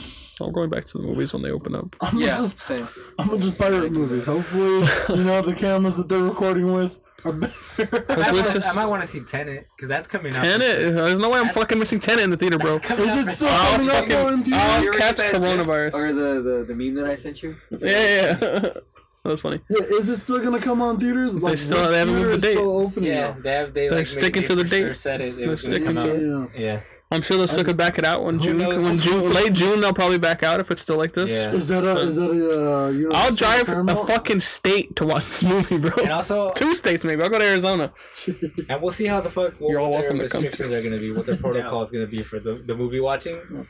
I'm going back to the movies when they open up.
I'm gonna
Yeah,
just,
same.
I'm gonna just pirate movies. Hopefully, you know the cameras that they're recording with are better.
I,
Hopefully it's
wanna-
just-
I might want to see Tenet because that's coming out.
Tenet. There's no way I'm fucking missing Tenet in the theater, bro.
Coming out
Is it
right
still
now.
I'll
coming up
fucking-
on
I'll
TV?
You ever get
catch
that gif
coronavirus.
Or the, the the meme that I sent you.
Yeah, yeah. yeah. That's funny.
Yeah, is it still gonna come on theaters? Like,
still-
which
they haven't moved
theater
the
is
date.
Still opening
Yeah, they have. They
They're
like
sticking
made-
to
they
the
for sure
date.
Said it. it
They're
was gonna
sticking
come
now.
to
out.
Yeah.
Yeah.
I'm sure they'll still could back it out when
Who
June,
knows?
when June, late June, they'll probably back out if it's still like this.
Yeah.
Is that a is that a uh, you know?
I'll drive a
Paramount?
fucking state to watch this movie, bro.
And also,
Two states maybe. I'll go to Arizona.
and we'll see how the fuck what,
You're all
what their
welcome to come
restrictions are gonna be, what their protocol is gonna be for the, the movie watching.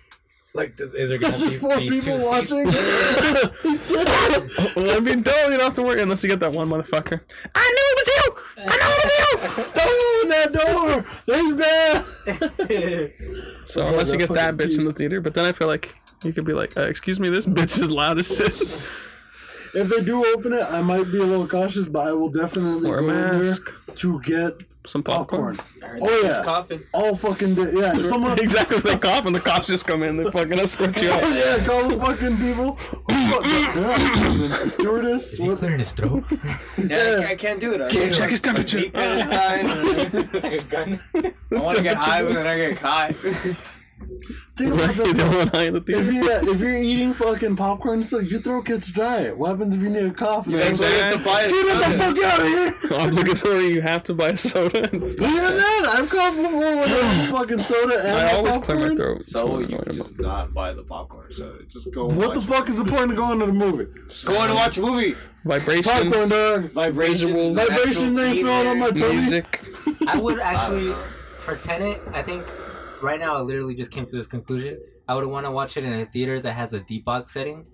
Like, does, is there gonna
There's
be,
just four
be two
people watching.
seats?
I mean, don't you don't have to worry unless you get that one motherfucker. I knew it was you. I know it was you.
Don't open that door. It's bad.
So unless
that
you get that
fucking
bitch
key.
in the theater, but then I feel like you could be like, uh, "Excuse me, this bitch is loud as shit."
If they do open it, I might be a little cautious, but I will definitely
Wear a
go in there
mask.
to get
Some popcorn.
popcorn. Oh, yeah.
Coffin.
All fucking day. Yeah, if someone.
Exactly. They cough and the cops just come in. They fucking escort you out.
yeah, call the fucking people. Fuck, They're not human. Stewardess.
Is he
what-
clearing his throat?
Yeah, I can't- I can't do it. I
Check
just
his temperature.
keep it inside. I
it's like a gun.
want to get high, but then I get high.
Think
Right,
about
the
that.
only one high in the
If
theater.
you're, if you're eating fucking popcorn stuff, your throat gets dry. What happens if you need a cough? It's
Yeah,
like,
exactly.
have to buy a
Get
soda.
the fuck out of here!
Obligatory. You have to buy a soda.
Even then, I've coughed before with a fucking soda and
I
a
always
popcorn.
clear my throat.
So
Totally
you
annoying.
can just not buy the popcorn. So just go.
What the fuck is the point of going to the movie?
Go to watch a movie.
Popcorn,
Vibrations,
dog.
Vibrations.
Vibrations
natural
ain't
heat
feeling on my
there.
tummy.
music.
I would actually,
I don't know.
for Tenet, I think right now I literally just came to this conclusion. I would want to watch it in a theater that has a deep box setting,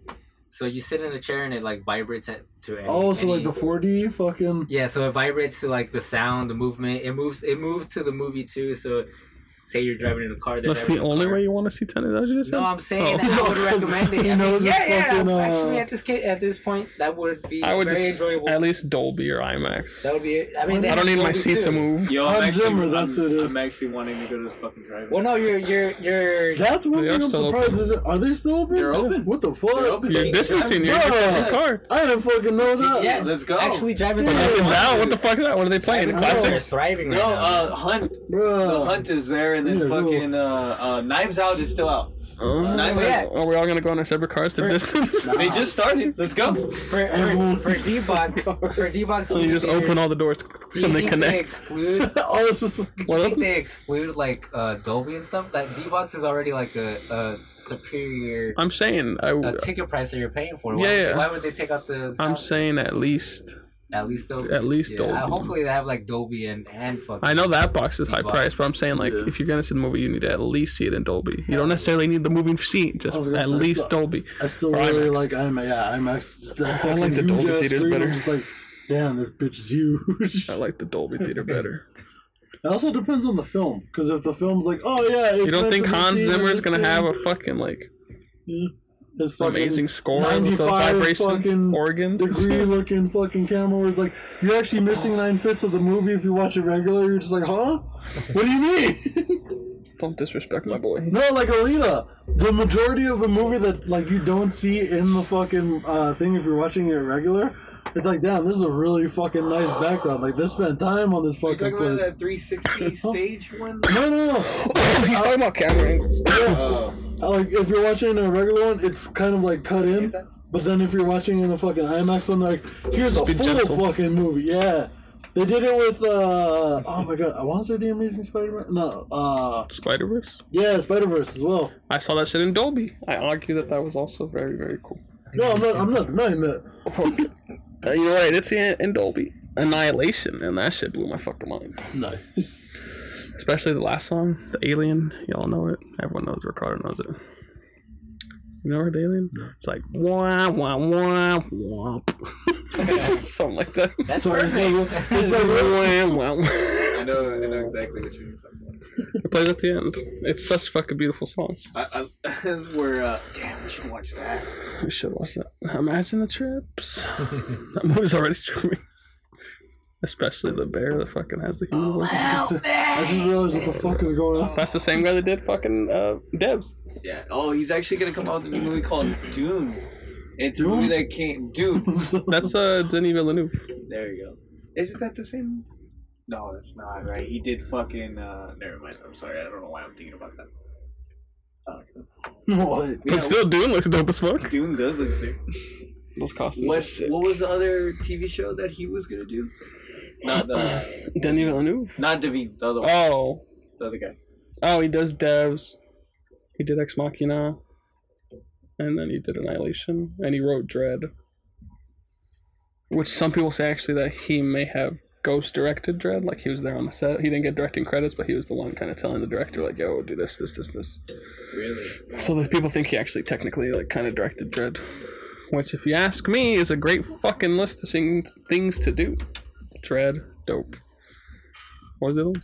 so you sit in a chair and it like vibrates at, to any.
Oh, so like
any-
the 4D fucking.
Yeah, so it vibrates to like the sound, the movement. It moves. It moves to the movie too. So, say you're driving in a car. they're
That's the
driving in a
only
car.
way you want to see Tenet. That's what you just
No,
said.
I'm saying
Oh.
I would recommend it.
He
I mean,
knows
yeah,
it's
yeah.
fucking, uh,
Actually, at this ca- at this point, that would be
I would
very
just
enjoyable.
at least Dolby or IMAX.
that would be. it. I mean, they
I don't
have
need my
Dolby
seat to
too.
move.
Yo,
Hans
I'm
Zimmer,
actually,
that's
I'm,
what it is.
I'm actually wanting to go to the fucking drive.
Well, no, you're you're you're.
That's one thing
They are
I'm
still
surprised.
open.
Is it, are they still open?
They're open.
What the
They're
full?
open.
You're distancing. You're in the car.
I didn't fucking know that.
yeah,
Let's go.
Actually, driving.
But
through
nothing's
the-
Nothing's out. What the fuck is that? What are they playing?
Driving
out.
through the-
Classics.
Thriving.
No,
right now.
uh, Hunt. So
Bruh.
Hunt is there, and then
uh, Yeah, cool.
fucking uh, uh, Knives Out is still out.
Oh,
Knives
yeah.
Out.
Are we all gonna go on our separate cars to
Right.
distance?
They just started. Let's go.
for
Everyone-
for, for D box for D box.
You just open all the doors
Do you
and they
think they
connect.
exclude?
All this was-
Do you
What up?
think they exclude like uh, Dolby and stuff? That D box is already like a, a superior
I'm saying I.
uh, ticket price that you're paying for. Why,
Yeah,
would-
yeah.
why would they take out the?
I'm
sound?
saying at least.
at least Dolby.
at least
yeah.
Dolby.
uh, Hopefully they have like Dolby and and fucking.
I know that box is high
Box.
priced, but I'm saying like
Yeah.
if you're gonna see the movie, you need to at least see it in Dolby. You
Hell
don't
yeah.
necessarily need the moving seat, just
was gonna
at
say,
least
so-
Dolby.
I still
Or
really
IMAX.
like IMAX. Yeah, IMAX. Just that
I
fucking
like the Dolby
huge-ass
theaters
screen.
better.
I'm just like, damn, this bitch is huge.
I like the Dolby theater better.
It also depends on the film, because if the film's like, oh yeah, it's
You don't
meant
think
to be
Hans
seen in
Zimmer's
this
gonna
thing,
have a fucking like
this fucking
amazing score with the
95
vibrations,
fucking
organs?
degree looking fucking camera where it's like you're actually missing nine fifths of the movie if you watch it regular. You're just like, huh? What do you mean?
Don't disrespect my boy.
no, like Alita, the majority of the movie that like you don't see in the fucking uh, thing if you're watching it regular. It's like, damn, this is a really fucking nice background. Like, they spent time on this
Are you talking
fucking
about
place.
that 360 stage one?
No, no, no.
He's talking about camera angles.
Oh.
I like if you're watching a regular one, it's kind of like cut in. But then if you're watching in a fucking IMAX one, they're like, here's the
be
full
gentle.
fucking movie. Yeah. They did it with uh oh my god, I wanna say the Amazing Spider Man no, uh
Spider Verse.
yeah, Spider Verse as well.
I saw that shit in Dolby. I argue that that was also very very cool.
No, I'm not I'm not denying that.
Uh, You're right. It's in, in Dolby. Annihilation, and that shit blew my fucking mind.
Nice.
Especially the last song, the Alien. Y'all know it. Everyone knows. Ricardo knows it. You know the Alien? It's like wah wah wah wah. Something like that.
That's
Sorry, it's
perfect.
like- it's like-
Wah, wah, wah.
I know, I know exactly what you're talking about.
It plays at the end. It's such fucking beautiful song.
I, I, we're uh, damn. We should watch that.
We should watch that. Imagine the trips. That movie's already tripping. Especially the bear that fucking has the human voice.
I just realized what the fuck is going on.
That's the same guy that did fucking uh, Debs.
Yeah. Oh, he's actually gonna come out with a new movie called Dune. It's a
Dune?
movie that came Dune.
That's uh, Denis Villeneuve.
There you go. Isn't that the same? No, that's not right. He did fucking. Uh, never mind. I'm sorry. I don't know why I'm thinking about that. Uh,
What?
yeah,
But still, Dune looks dope as fuck.
Dune does look sick.
Those costumes are
What,
sick.
what was the other TV show that he was gonna do? Not the
Denis Villeneuve?
not Devine, the other one,
Oh.
the other guy.
Oh, he does Devs. He did Ex Machina. And then he did Annihilation. And he wrote Dread. Which some people say actually that he may have ghost directed Dread. Like he was there on the set. He didn't get directing credits, but he was the one kind of telling the director, like, yo, do this, this, this, this.
Really?
So those people think he actually technically like kind of directed Dread, which, if you ask me, is a great fucking list of thing- things to do. Dread, dope. What is it?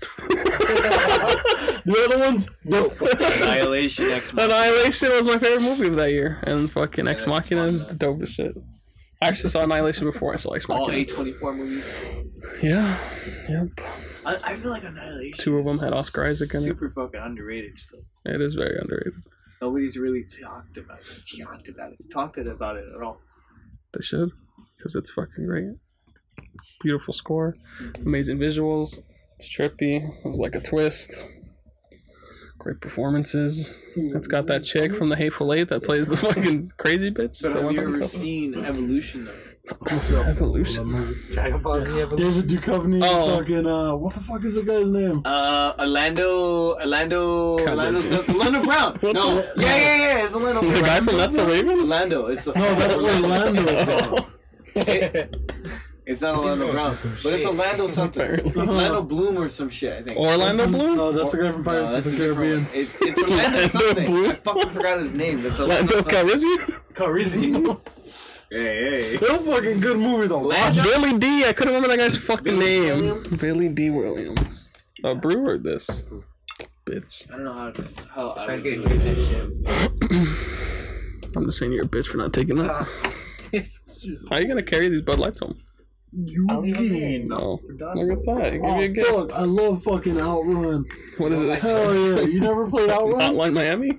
The other ones? Dope.
Annihilation X.
Annihilation was my favorite movie of that year, and fucking Ex
Yeah, that's
Machina is
fun,
the dopest shit. I actually saw Annihilation before I saw Ex
All
Machina.
A twenty four movies.
Yeah, yep.
I, I feel like Annihilation.
Two of them
is
had Oscar Isaac in it.
Super fucking underrated still.
It is very underrated.
Nobody's really talked about it. Talked about it. Talked it about it at all.
They should, because it's fucking great. Beautiful score, amazing visuals. It's trippy. It was like a twist. Great performances. It's got that chick from the Hateful Eight that plays the fucking crazy bitch.
But
the
have
one
you
that-
ever seen Evolution though?
Evolution.
Dragon Ball Z Evolution.
David Duchovny.
Oh.
Fucking, uh, what the fuck is the guy's name?
Uh, Orlando, Orlando,
Kind of
Orlando,
see.
Orlando, Brown. No,
the-
yeah, yeah, yeah, it's Orlando.
The
Brown.
guy from That's a Raven.
Orlando, it's no,
that's Orlando.
It's not Orlando
going
Brown,
through some
but it's
shit.
Orlando something.
Apparently.
Orlando Bloom or some shit, I think.
Orlando Bloom.
No, Oh, that's the guy from
No,
Pirates of
that's
the
a different
Caribbean.
one. It's, it's Orlando
Orlando
something.
Bloom.
I fucking forgot his name. That's
Orlando
Orlando something.
Calrissian.
Carizzi. Hey, hey.
That was a fucking good movie though.
Orlando.
Billy D. I couldn't remember that guy's fucking
Billy
name.
Williams?
Billy D. Williams. A brewer. This bitch.
I don't know how to, how I
Trying
would
to
do
get your
it.
attention.
I'm just saying you're a bitch for not taking that. How are you gonna carry these Bud Lights home?
You
I'll leave it
mean?
No. Look at that. It gave you a gift.
Oh, fuck. I love fucking Outrun.
What is this?
Hell yeah. You never played Outrun?
Hotline Miami?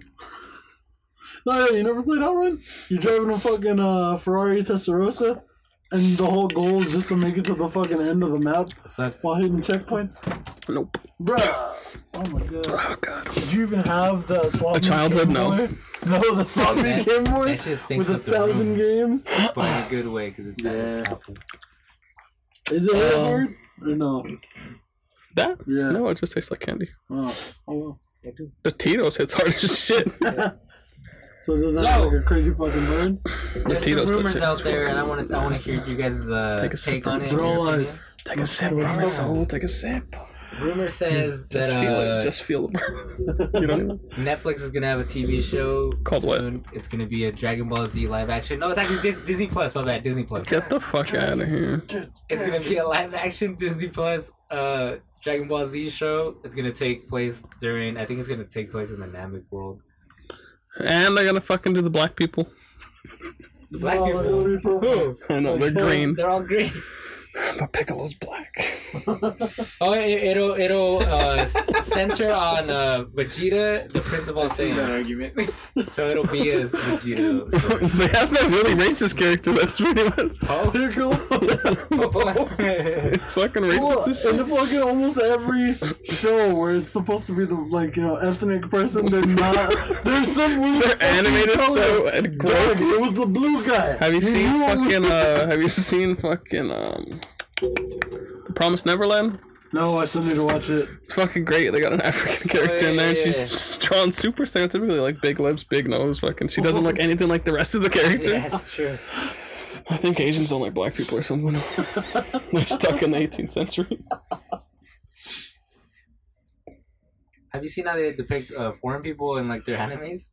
No, yeah, you never played Outrun? You're driving a fucking uh, Ferrari Testarossa, and the whole goal is just to make it to the fucking end of the map
Sucks.
while hitting checkpoints?
Nope.
Bruh. Oh my god.
Oh god.
Did you even have the Swami
childhood?
Game
No.
Boy? No, the Swami
That-
Game Boy
That shit stinks
with a
up the
thousand
room,
games?
but in a good way because it's
Yeah.
yeah.
Is it
Um,
hard? Or no?
That?
Yeah.
No, it just tastes like candy.
Oh, oh well.
The Tito's hits hard as shit.
So it doesn't
So-
have like a crazy fucking bird?
The
There's some
Tito's
rumors
shit
out
is
there, and I
fucking
want to I want to hear you guys' uh,
Take
take,
a sip
on
from
it.
this
your
roll,
opinion.
Take a sip,
Let's
Robert
go.
Soul. Take a sip.
Rumor says that
Just feel
uh,
it. Just feel the burn. you don't know?
Netflix is gonna have a TV show
Called what?
soon. It's gonna be a Dragon Ball Z live action. No, it's actually Dis- Disney Plus. My bad, Disney Plus.
Get the fuck out of here.
It's gonna be a live action Disney Plus uh Dragon Ball Z show. It's gonna take place during. I think it's gonna take place in the Namek world.
And they're gonna fucking do the black people.
The black
Oh, that would
people.
be perfect.
I know, Oh, they're green.
They're all green.
But Piccolo's black.
Oh, it, it'll it'll uh, s- center on uh, Vegeta, the Principal
I've seen that
Saiyan.
argument.
So it'll be as Vegeta. So.
they have that really racist character, that's pretty much.
Oh, oh boy.
it's fucking
Well,
racist as
in
shit.
the fucking almost every show where it's supposed to be the like you know ethnic person, they're not. There's some weird
They're
fucking
animated
color.
so and
Dog,
gross.
it was the blue guy.
Have you seen
knew it was-
fucking uh have you seen fucking um The Promised Neverland?
No, I still need to watch it.
It's fucking great. They got an African character in there and she's
yeah.
just drawn super stereotypically like big lips, big nose, fucking she doesn't look anything like the rest of the characters.
Yes, sure.
I think Asians don't like black people or something. They're stuck in the eighteenth century.
Have you seen how they depict uh, foreign people in like their animes?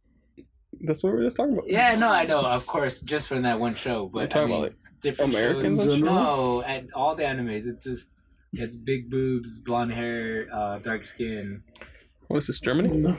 That's what we were just talking about.
Yeah, no, I know, of course, just from that one show. But
We're talking
I mean,
about like
different
Americans
shows.
and shit?
No, at all the animes, it's just it's big boobs, blonde hair, uh, dark skin,
What is this, Germany?
No.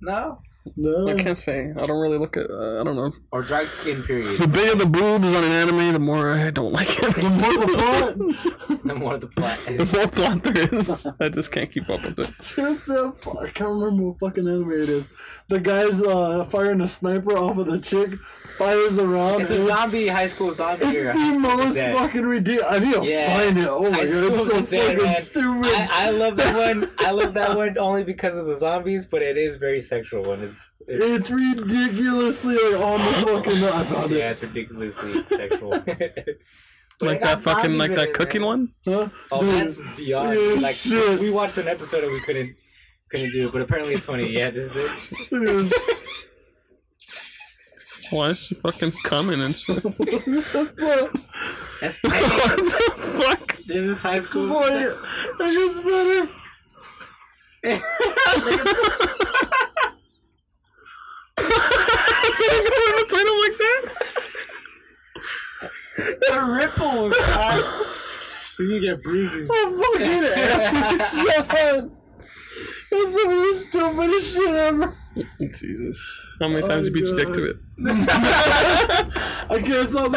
No.
No.
I can't say. I don't really look at. Uh, I don't know.
Or dark skin
The
period.
bigger the boobs on an anime, the more I don't like it.
The more the
the more the plot.
The more plot there is, I just can't keep up with it.
pot. There's a- I can't remember what fucking anime it is. The guy's uh, firing a sniper off of the chick, fires around.
It's a zombie high school zombie.
It's
era.
the most
Dead.
fucking ridiculous. I need to
Yeah.
find it. Oh my
High
god,
School of
it's so
the Dead,
fucking
man.
stupid.
I, I love that one. I love that one only because of the zombies, but it is very sexual and it's, it's
It's ridiculously like, on the fucking. I found
yeah,
it.
it's ridiculously sexual.
Like that fucking, like that cooking one.
Huh?
Oh,
Dude,
that's beyond.
Yeah,
like
shit.
we watched an episode and we couldn't couldn't do it, but apparently it's funny. Yeah, this is it.
dude.
Why is she fucking coming and shit? what
That's not-
That's
the fuck?
this is high
that's
school.
why it, it gets better.
Between them like that?
the ripples. you get bruises.
Oh, fucking Amber John. That's the most stupidest shit ever.
Jesus. How many
Oh
times you beat your dick
God.
to it?
I can't stop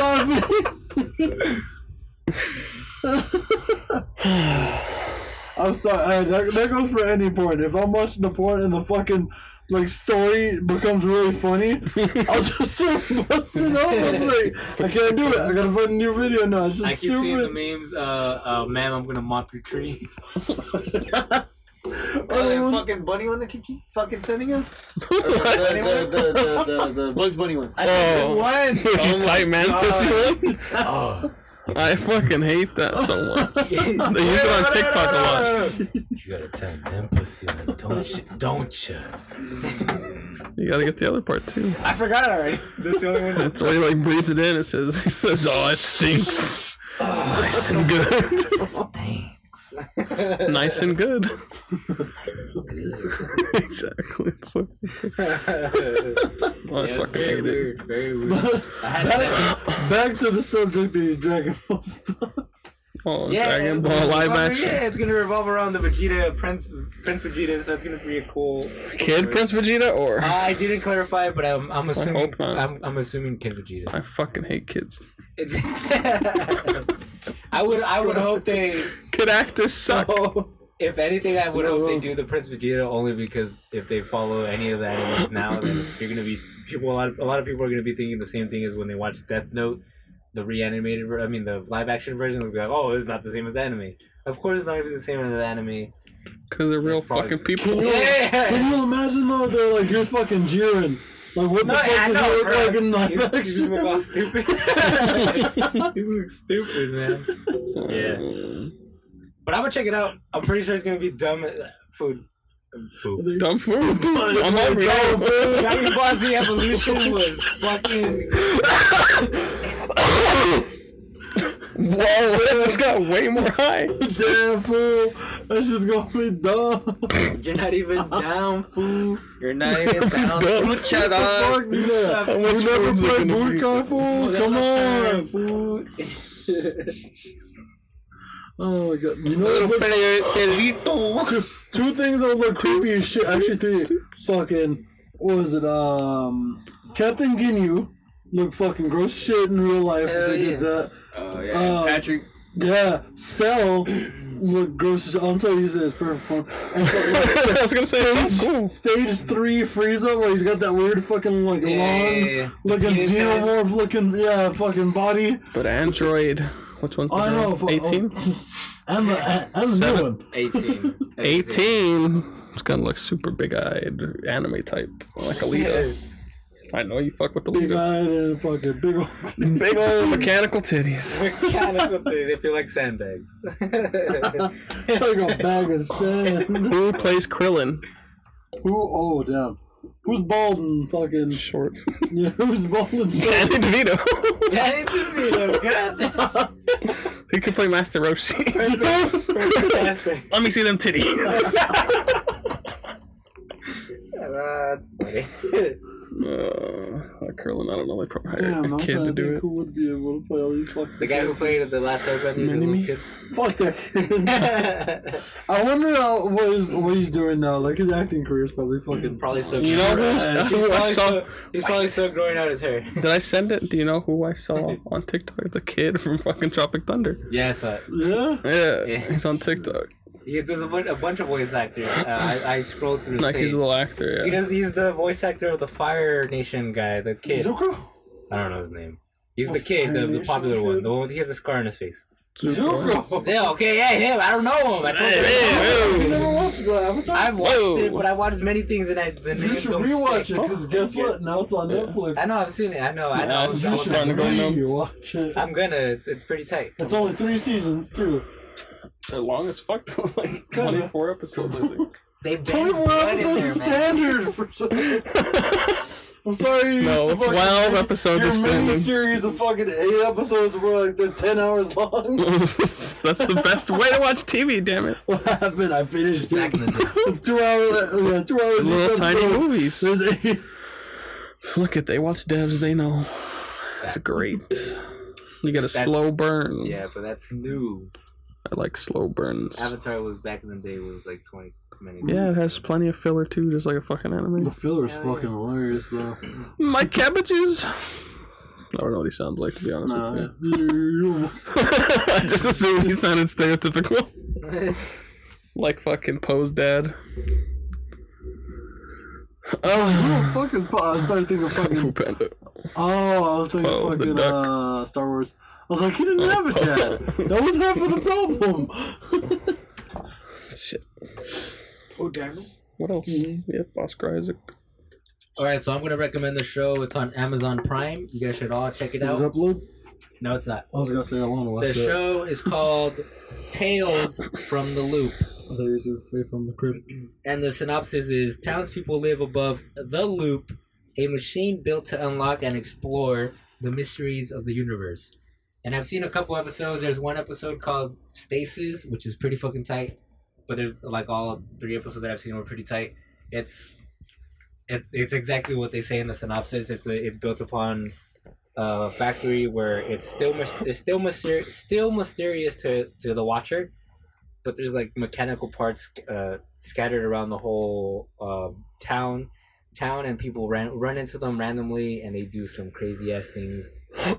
laughing. I'm sorry. I, that, that goes for any porn. If I'm watching the porn and the fucking like story becomes really funny, I'll just start busting up. I'm like, I can't do it. I gotta find a new video now. It's just
I keep seeing the
stupid.
memes. Uh, uh, ma'am, I'm gonna mop your tree.
Oh, that
Oh,
fucking bunny one that you keep fucking sending us? Or the,
What?
the, the, the, the, the, the Bugs Bunny one.
Oh. you tight man pussy one?
Oh,
I fucking hate that so much.
you
They use it on TikTok a lot.
gotta turn them pussy on, don't you? Don't you?
You gotta get the other part too.
I forgot already. That's the only one.
That's why you like breathe it in. It says, it says, oh, it stinks. nice and good. nice and good. exactly. It's so, I
yeah, it's
fucking
very
hate it.
weird. Very weird. I had sex.
back, back to the subject of the Dragon Ball stuff.
Oh,
Yeah,
Dragon
it's
Ball
gonna
live
revolve-
action.
Yeah, it's gonna revolve around the Vegeta Prince Prince Vegeta, so it's gonna be a cool.
Kid Prince Vegeta or?
I didn't clarify, but I'm I'm assuming
hope not.
I'm, I'm assuming Kid Vegeta.
I fucking hate kids.
It's I would I would hope they.
Kid actors suck.
If anything, I would
No.
hope they do the Prince Vegeta only because if they follow any of that animes now, then you're gonna be people. A lot, of, a lot of people are gonna be thinking the same thing as when they watch Death Note, the reanimated. ver- I mean, the live action version. They'll be like, "Oh, it's not the same as the anime." Of course, it's not gonna be the same as the anime.
Because they're real
It's probably-
fucking people.
Yeah. Can
Yeah.
you imagine though? They're like, here's fucking Jiren. Like, what the
No,
fuck
I
does
know,
he look
bro.
like in
He's
live
he's
action?
gonna look all stupid. he looks stupid, man.
So,
Yeah. But I'm gonna check it out. I'm pretty sure it's gonna be dumb uh, food. Um, Food.
Dumb food. I'm hungry.
Dragon Ball Z Evolution was fucking.
Whoa, that just got way more high.
Damn fool, that's just gonna be dumb.
You're not even down, fool.
You're not even down.
Dumb.
Shut up.
Fuck that.
How much
You never
food's it
played
gonna be?
Budokai fool. Come on, fool. oh my god, you know what? look- Two, two things that would look creepy as shit. Actually, three. Fucking what was it? Um, Captain Ginyu looked fucking gross as shit in real life. if
Hell
they
yeah.
did that.
Oh, yeah.
Um,
Patrick.
Yeah, Cell looked gross as until he says perfect form. And so, like,
I was gonna say, it sounds cool.
stage three Frieza, where he's got that weird fucking like
Yeah,
long
yeah, yeah.
looking
Penis head.
xenomorph looking yeah fucking body. Oh,
But Android. Which one's the
I know. fu-
girl? 18?
oh, I'm the I- I'm the new
Seven.
one.
18.
18. It's gonna look super big eyed, anime type. Like Alita. I know you fuck with
Big
Alita.
eyed and fucking big old.
Big old mechanical titties.
Mechanical dude, they feel like sandbags.
It's like a bag of sand.
Who plays Krillin?
Who? Oh damn. Who's bald and fucking?
Short.
Yeah, who's bald and short?
Danny DeVito.
Danny DeVito, goddamn.
Who can play Master Roshi?
Fantastic.
Let me see them titties.
That's Ah, funny.
Uh, curling, I don't know. They probably hired
Damn, I'm
a
trying
kid
to
to
think
do it.
who would be able to play all these fucking.
The guy who played at the last Airbender, the little
Minimi?
kid.
Fuck that kid. I wonder how, what, is, what he's doing now. Like his acting career is probably fucking.
probably still.
You know who's,
Right.
who I
probably
saw?
still- he's probably still growing out his hair.
Did I send it? Do you know who I saw on TikTok? The kid from fucking Tropic Thunder.
Yeah, so
Yeah.
Yeah,
Yeah.
he's on TikTok.
he, there's a, bu- a bunch of voice actors. Uh, I, I scrolled through. His
Like he's
page.
a little actor.
He
Yeah.
does. He's the voice actor of the Fire Nation guy, the kid.
Zuko.
I don't know his name. He's
Oh,
the kid, the,
Fire
the
Nation
popular one,
kid?
the one with- he has a scar on his face.
Zuko.
Yeah, okay, yeah, him. I don't know him. I told
Hey,
you.
hey,
You never watched the Avatar?
I've watched it,
Whoa.
but I watched many things and I the
you
names
should
don't
rewatch
stick.
it because guess what? Now it's on
Yeah.
Netflix.
I know, I've seen it. I know, I know.
Nice.
I'm,
You should
starting to go numb.
rewatch it.
I'm gonna. It's, it's pretty tight.
It's only three seasons too.
They're long as fuck. though, like
Kinda.
twenty four episodes, I think.
They banged
Twenty-four
blood in
episodes is
there, man.
standard for. I'm sorry. you
No,
used to fucking
12
make
episodes
Your
is standard.
mini series of fucking eight episodes were like they're ten hours long.
That's the best way to watch TV. Damn it.
what happened? I finished
Back in
it.
the day.
two hours. Yeah, two hours.
Little
each
tiny
episode.
movies.
There's eight.
Look at they watch devs. They know. It's great. You get a
That's-
slow burn.
Yeah, but that's new.
I like slow burns.
Avatar was back in the day. When it was like twenty minutes.
Yeah, it has plenty of filler too, just like a fucking
The
anime.
filler's
Hell yeah.
fucking hilarious though.
My cabbages. I don't know what he sounds like to be honest
Nah,
with
you,
you.
you almost-
I just assume he sounded stereotypical, like fucking Poe's dad.
Who the
Oh,
fuck is Pa- I started thinking of
Kung Fu
fucking.
Panda.
Oh, I was thinking
Po, the
fucking
duck.
uh, Star Wars. I was like, he didn't
Oh,
have a
Po.
dad. That was half of the problem.
Shit.
oh, Daniel.
What else?
Mm-hmm.
Yeah, Oscar Isaac.
All right, so I'm gonna recommend the show. It's on Amazon Prime. You guys should all check it
Is it
out.
upload?
no, it's not.
I was gonna say I want to watch
The
that.
show is called Tales from the Loop.
I thought you were gonna say from the crib.
and the synopsis is townspeople live above the loop a machine built to unlock and explore the mysteries of the universe and i've seen a couple episodes there's one episode called stasis which is pretty fucking tight but there's like all three episodes that i've seen were pretty tight it's it's it's exactly what they say in the synopsis it's a, it's built upon a factory where it's still mys- it's still myster- still mysterious to to the watcher but there's like mechanical parts uh, scattered around the whole um town town and people ran run into them randomly and they do some crazy ass things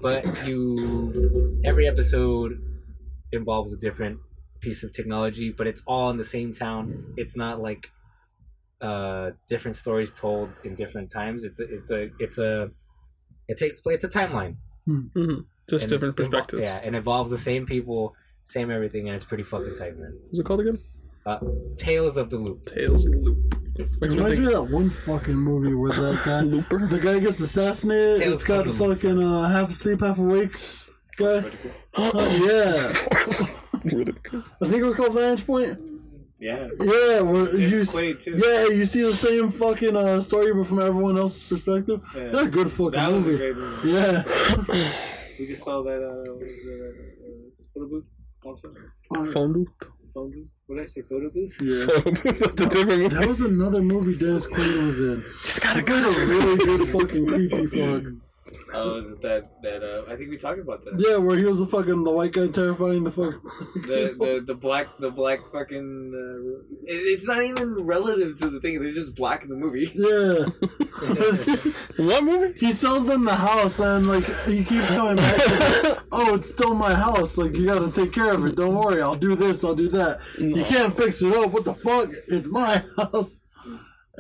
but you every episode involves a different piece of technology but it's all in the same town it's not like uh different stories told in different times it's a, it's a it's a it takes place it's a timeline
hmm Just
and
different
it invol-
perspectives.
yeah and involves the same people same everything and it's pretty fucking tight man Uh,
What's it called again?
Tales of the Loop.
Tales of the Loop.
It
Makes me
reminds
think
me of uh, that one fucking movie where that guy,
Looper.
the guy gets assassinated.
Tales
it's got
from the Loop.
fucking uh, half asleep, half awake guy. Oh, yeah,
Ridiculous.
I think it was called Vantage Point.
Yeah.
Yeah, where you
It's
s-
Quaid too.
Yeah, you see the same fucking uh, story, but from everyone else's perspective.
Yeah.
That's a good fucking
That was
movie.
a great movie.
Yeah.
We just saw that. Uh, what was it, uh, uh, photo booth also.
Phone loop.
Phone booth. What did I say? Photo booth.
yeah.
That's a different movie.
That was another movie Dennis Quaid was in.
He's got a
That
gun.
was a really good fucking creepy fuck.
Oh, is it that that uh, I think we talked about that.
Yeah, where he was the fucking the white guy terrifying the fuck.
The the the black the black fucking. Uh, it, it's not even relative to the thing. They're just black in the movie.
Yeah.
What movie?
he sells them the house and like he keeps coming back. He's like, oh, it's still my house. Like you gotta take care of it. Don't worry. I'll do this. I'll do that. You can't fix it up. What the fuck? It's my house.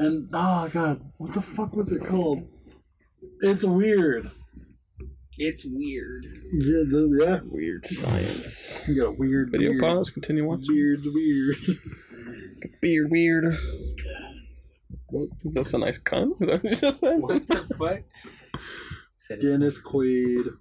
And oh god, what the fuck was it called? It's weird.
It's weird.
Yeah, the- yeah.
Weird science.
You got weird.
Video
weird,
pause. Continue watching.
Weird, weird.
Weird, weird. What? That's a nice cunt. Is that what you just said?
What the fuck? Said it's-
Dennis Quaid.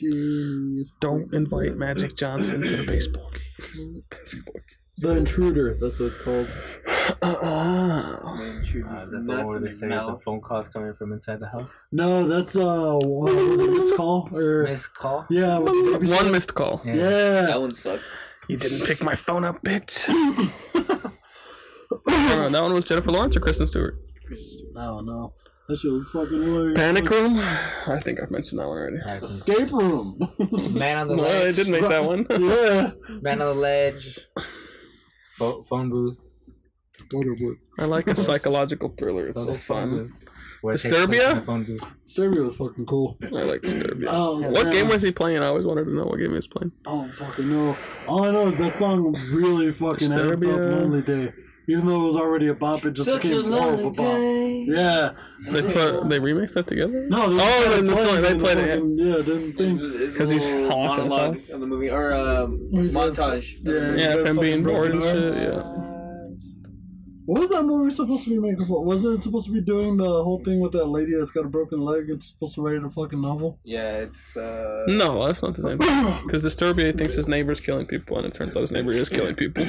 Dennis-
Don't invite Magic Johnson to the baseball game. Baseball
The intruder. That's what it's called.
game. Uh-uh.
Oh, Man, shoot,
Uh, is that the one
nuts
where
in
they
his
say that the
mouth.
phone calls coming from inside the house?
No, that's uh, what was it Miss Call or
Nice call.
yeah, with the baby
One
shark?
missed call.
Yeah.
Yeah,
That one sucked.
You didn't pick my phone up, bitch. Uh, that one was Jennifer Lawrence or Kristen Stewart?
I don't know. Oh, That shit was fucking hilarious.
Panic Room. I think I've mentioned that one already.
Escape room.
Man on the
No, I
ledge.
did make that one.
yeah.
Man on the ledge. Pho- phone booth.
I like a psychological thriller. It's so
Phone
fun.
booth. Where it takes
Disturbia?
place in the Phone booth.
Serbia was fucking cool.
I like Disturbia.
Oh,
What
man.
game was he playing? I always wanted to know what game he was playing.
I don't fucking know. All I know is that song really fucking amped up
Disturbia.
Lonely Day. Even though it was already a bop, it just
Such a
became more of a
lonely
bop.
day.
Yeah.
They put they remixed that together.
No, they
Oh,
were
in the
playing
song, they
in the
played it, yeah.
fucking- Yeah, didn't
It's-
think.
it's a
'Cause he's
little
haunted his
monologue
house.
of the movie or um,
What is that?
montage. of the
Yeah.
movie.
Yeah,
got
them
fucking
being bored
broken
and
arm.
shit. Yeah.
What was that movie supposed to be making for? Wasn't it supposed to be doing the whole thing with that lady that's got a broken leg and she's supposed to write a fucking novel?
Yeah, it's uh,
No, that's not the same. Because Disturbia thinks his neighbor's killing people, and it turns out his neighbor is killing people.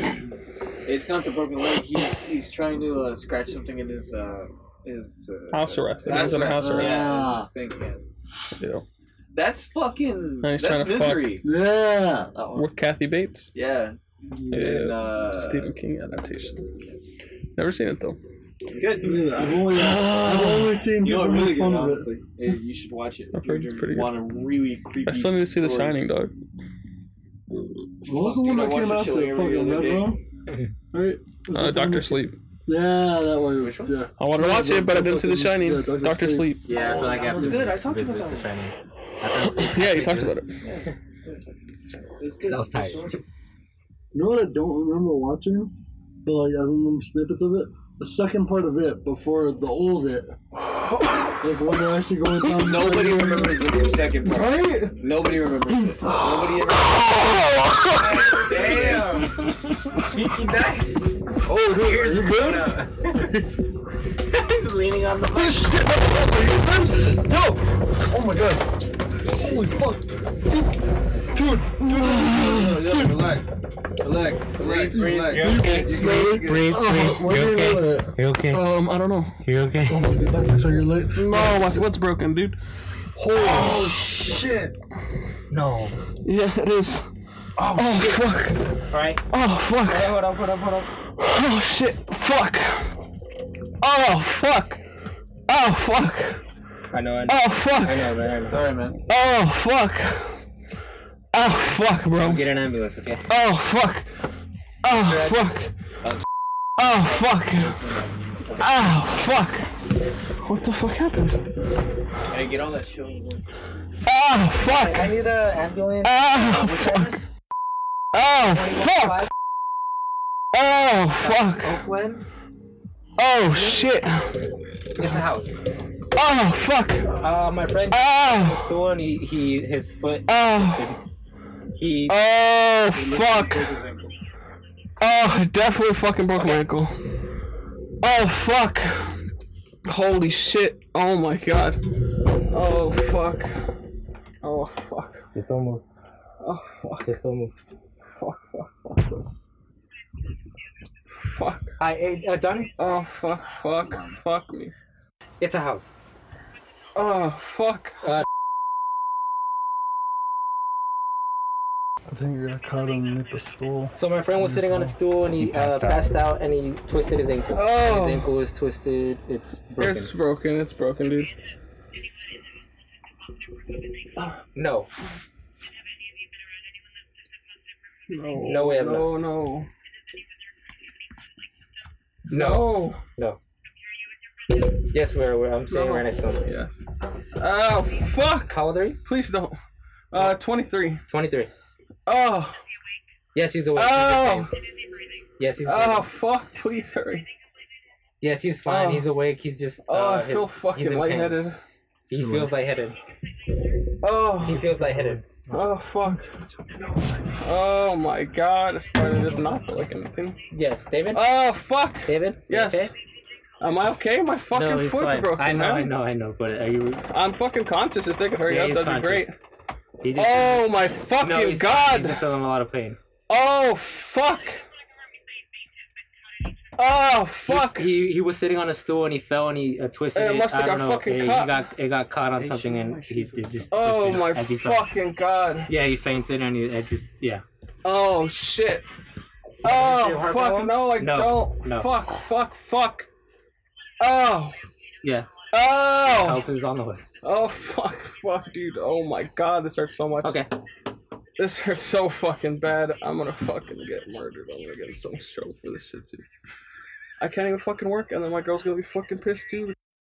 it's not the broken leg. He's he's trying to uh, scratch something in his uh, his uh,
House arrest.
House
He's on
arrest.
house arrest.
Yeah, that's his thing, yeah.
Yeah.
That's fucking.
And he's
That's
trying to fuck.
misery.
Yeah.
That one.
With Kathy Bates.
Yeah.
Yeah.
And, uh,
It's a Stephen King adaptation.
yes.
Never seen it though.
Good.
Yeah, I've only, I've only seen
You know,
people
what,
make
really good.
fun of it.
Honestly, Eh, you should watch it if
I've heard it's
you
pretty good.
want a really creepy.
I still need to see The
story.
Shining, dog.
What was the
Fuck,
one
dude, I
that
watched
came
that
after
shit
it?
every
Fucking
other
Red
day.
Room? Right? Was
Uh,
that the one
Doctor
that-
Sleep.
Yeah, that one.
Which one?
Yeah.
I want to
Yeah,
watch
the-
it, but I
the
didn't see The
fucking-
Shining.
yeah, Doctor
Doctor
Sleep.
Sleep.
Yeah, I
Oh,
feel like I
that
have
one's
to
good. I talked
visit
about
The
that
Shining. I fell asleep
Yeah,
halfway
you talked
through
about it.
It's good.
That was tight.
You know what I don't remember watching? But like I remember snippets of it. The second part of it before the old it. like when they're actually going down.
Nobody remembers the second part.
Right?
Nobody remembers it. Nobody ever. Damn.
Oh, dude,
Here's
you
good?
He's leaning on the
Oh, shit. Yo! Oh my god. Holy fuck. Dude. Dude.
No, no, relax. Relax. Relax.
Breathe,
Relax.
you're okay.
You
Slowly.
can- you can-
Breathe,
Oh,
breathe.
what's
You
your name
okay?
of it?
You okay?
Um, I don't know.
You
Oh
okay?
my god, that looks like you're late.
No, what's, what's broken, dude? Oh,
Holy shit.
No.
Yeah, it is. Oh, fuck.
Alright.
Oh fuck.
Hold up, hold up, hold up.
Oh shit. Fuck. Oh fuck. Oh fuck.
I know, I know.
Oh fuck.
know, man. I know.
Sorry, man.
Oh fuck. Oh fuck, bro.
Get an ambulance, okay?
Oh fuck. Oh fuck. Oh fuck. Oh fuck. What the fuck happened?
Hey, get on that show.
Oh fuck.
need an ambulance. Uh,
Oh fuck. Oh fuck. Oh fuck.
Oakland?
Oh shit.
It's a house.
Oh fuck.
Uh, my friend
Oh.
store and he, he his foot
Oh.
he
Oh fuck. Oh, I definitely fucking broke my ankle. Oh fuck. Holy shit. Oh my god. Oh fuck. Oh fuck.
just don't move.
Oh fuck.
Just don't move.
Fuck. Fuck. Fuck. Fuck.
I ate uh, Donnie?
Oh fuck. Fuck. Fuck me.
It's a house.
Oh fuck. Uh,
I think I got caught underneath the stool.
So my friend was sitting on a stool and Mm-hmm. he, uh, passed out and he twisted his ankle.
Oh.
His ankle is twisted. It's broken.
it's broken. It's broken, dude.
No.
No.
No way I'm not.
No. No.
No. No. Yes, we're, we're I'm saying right next to him.
Yes. Oh fuck.
How old are you?
Please don't. Uh, 23.
23.
Oh.
Yes, he's awake.
Oh.
Yes, he's
Oh
awake.
fuck, please hurry.
Yes, he's fine.
Oh.
He's awake. He's just. Uh,
Oh, I feel
his- he's
fucking
in pain.
lightheaded.
He feels lightheaded. He
Oh,
feels lightheaded.
oh fuck. Oh my god, I started this not feel like anything.
Yes, David?
Oh fuck.
David? You
Yes.
Okay?
Am I okay? My fucking
No, he's
foot's
fine.
broken.
I know,
man.
I know, I know, but are you.
I'm fucking conscious. If they could hurry
Yeah,
up,
he's
that'd be great.
conscious. He just,
Oh my fucking
no, he's fine.
god.
He's just in a lot of pain.
Oh fuck. Oh fuck.
He he was sitting on a stool and he fell and he uh, twisted
It
it.
must've
I don't
got
know.
fucking
it, he
caught.
got it got caught on
Hey,
something
shoot, my
and he
shoot.
did just.
Oh
twisted
my
as he fell.
fucking god.
Yeah, he fainted and he it just yeah.
Oh shit.
feel
Oh
heart
fuck
problems?
no I
No,
don't
no.
fuck fuck fuck Oh
Yeah.
Oh!
Help is on the way.
Oh, fuck, fuck, dude. Oh my god, this hurts so much.
Okay.
This hurts so fucking bad. I'm gonna fucking get murdered. I'm gonna get in so much trouble for this shit, too. I can't even fucking work, and then my girl's gonna be fucking pissed, too.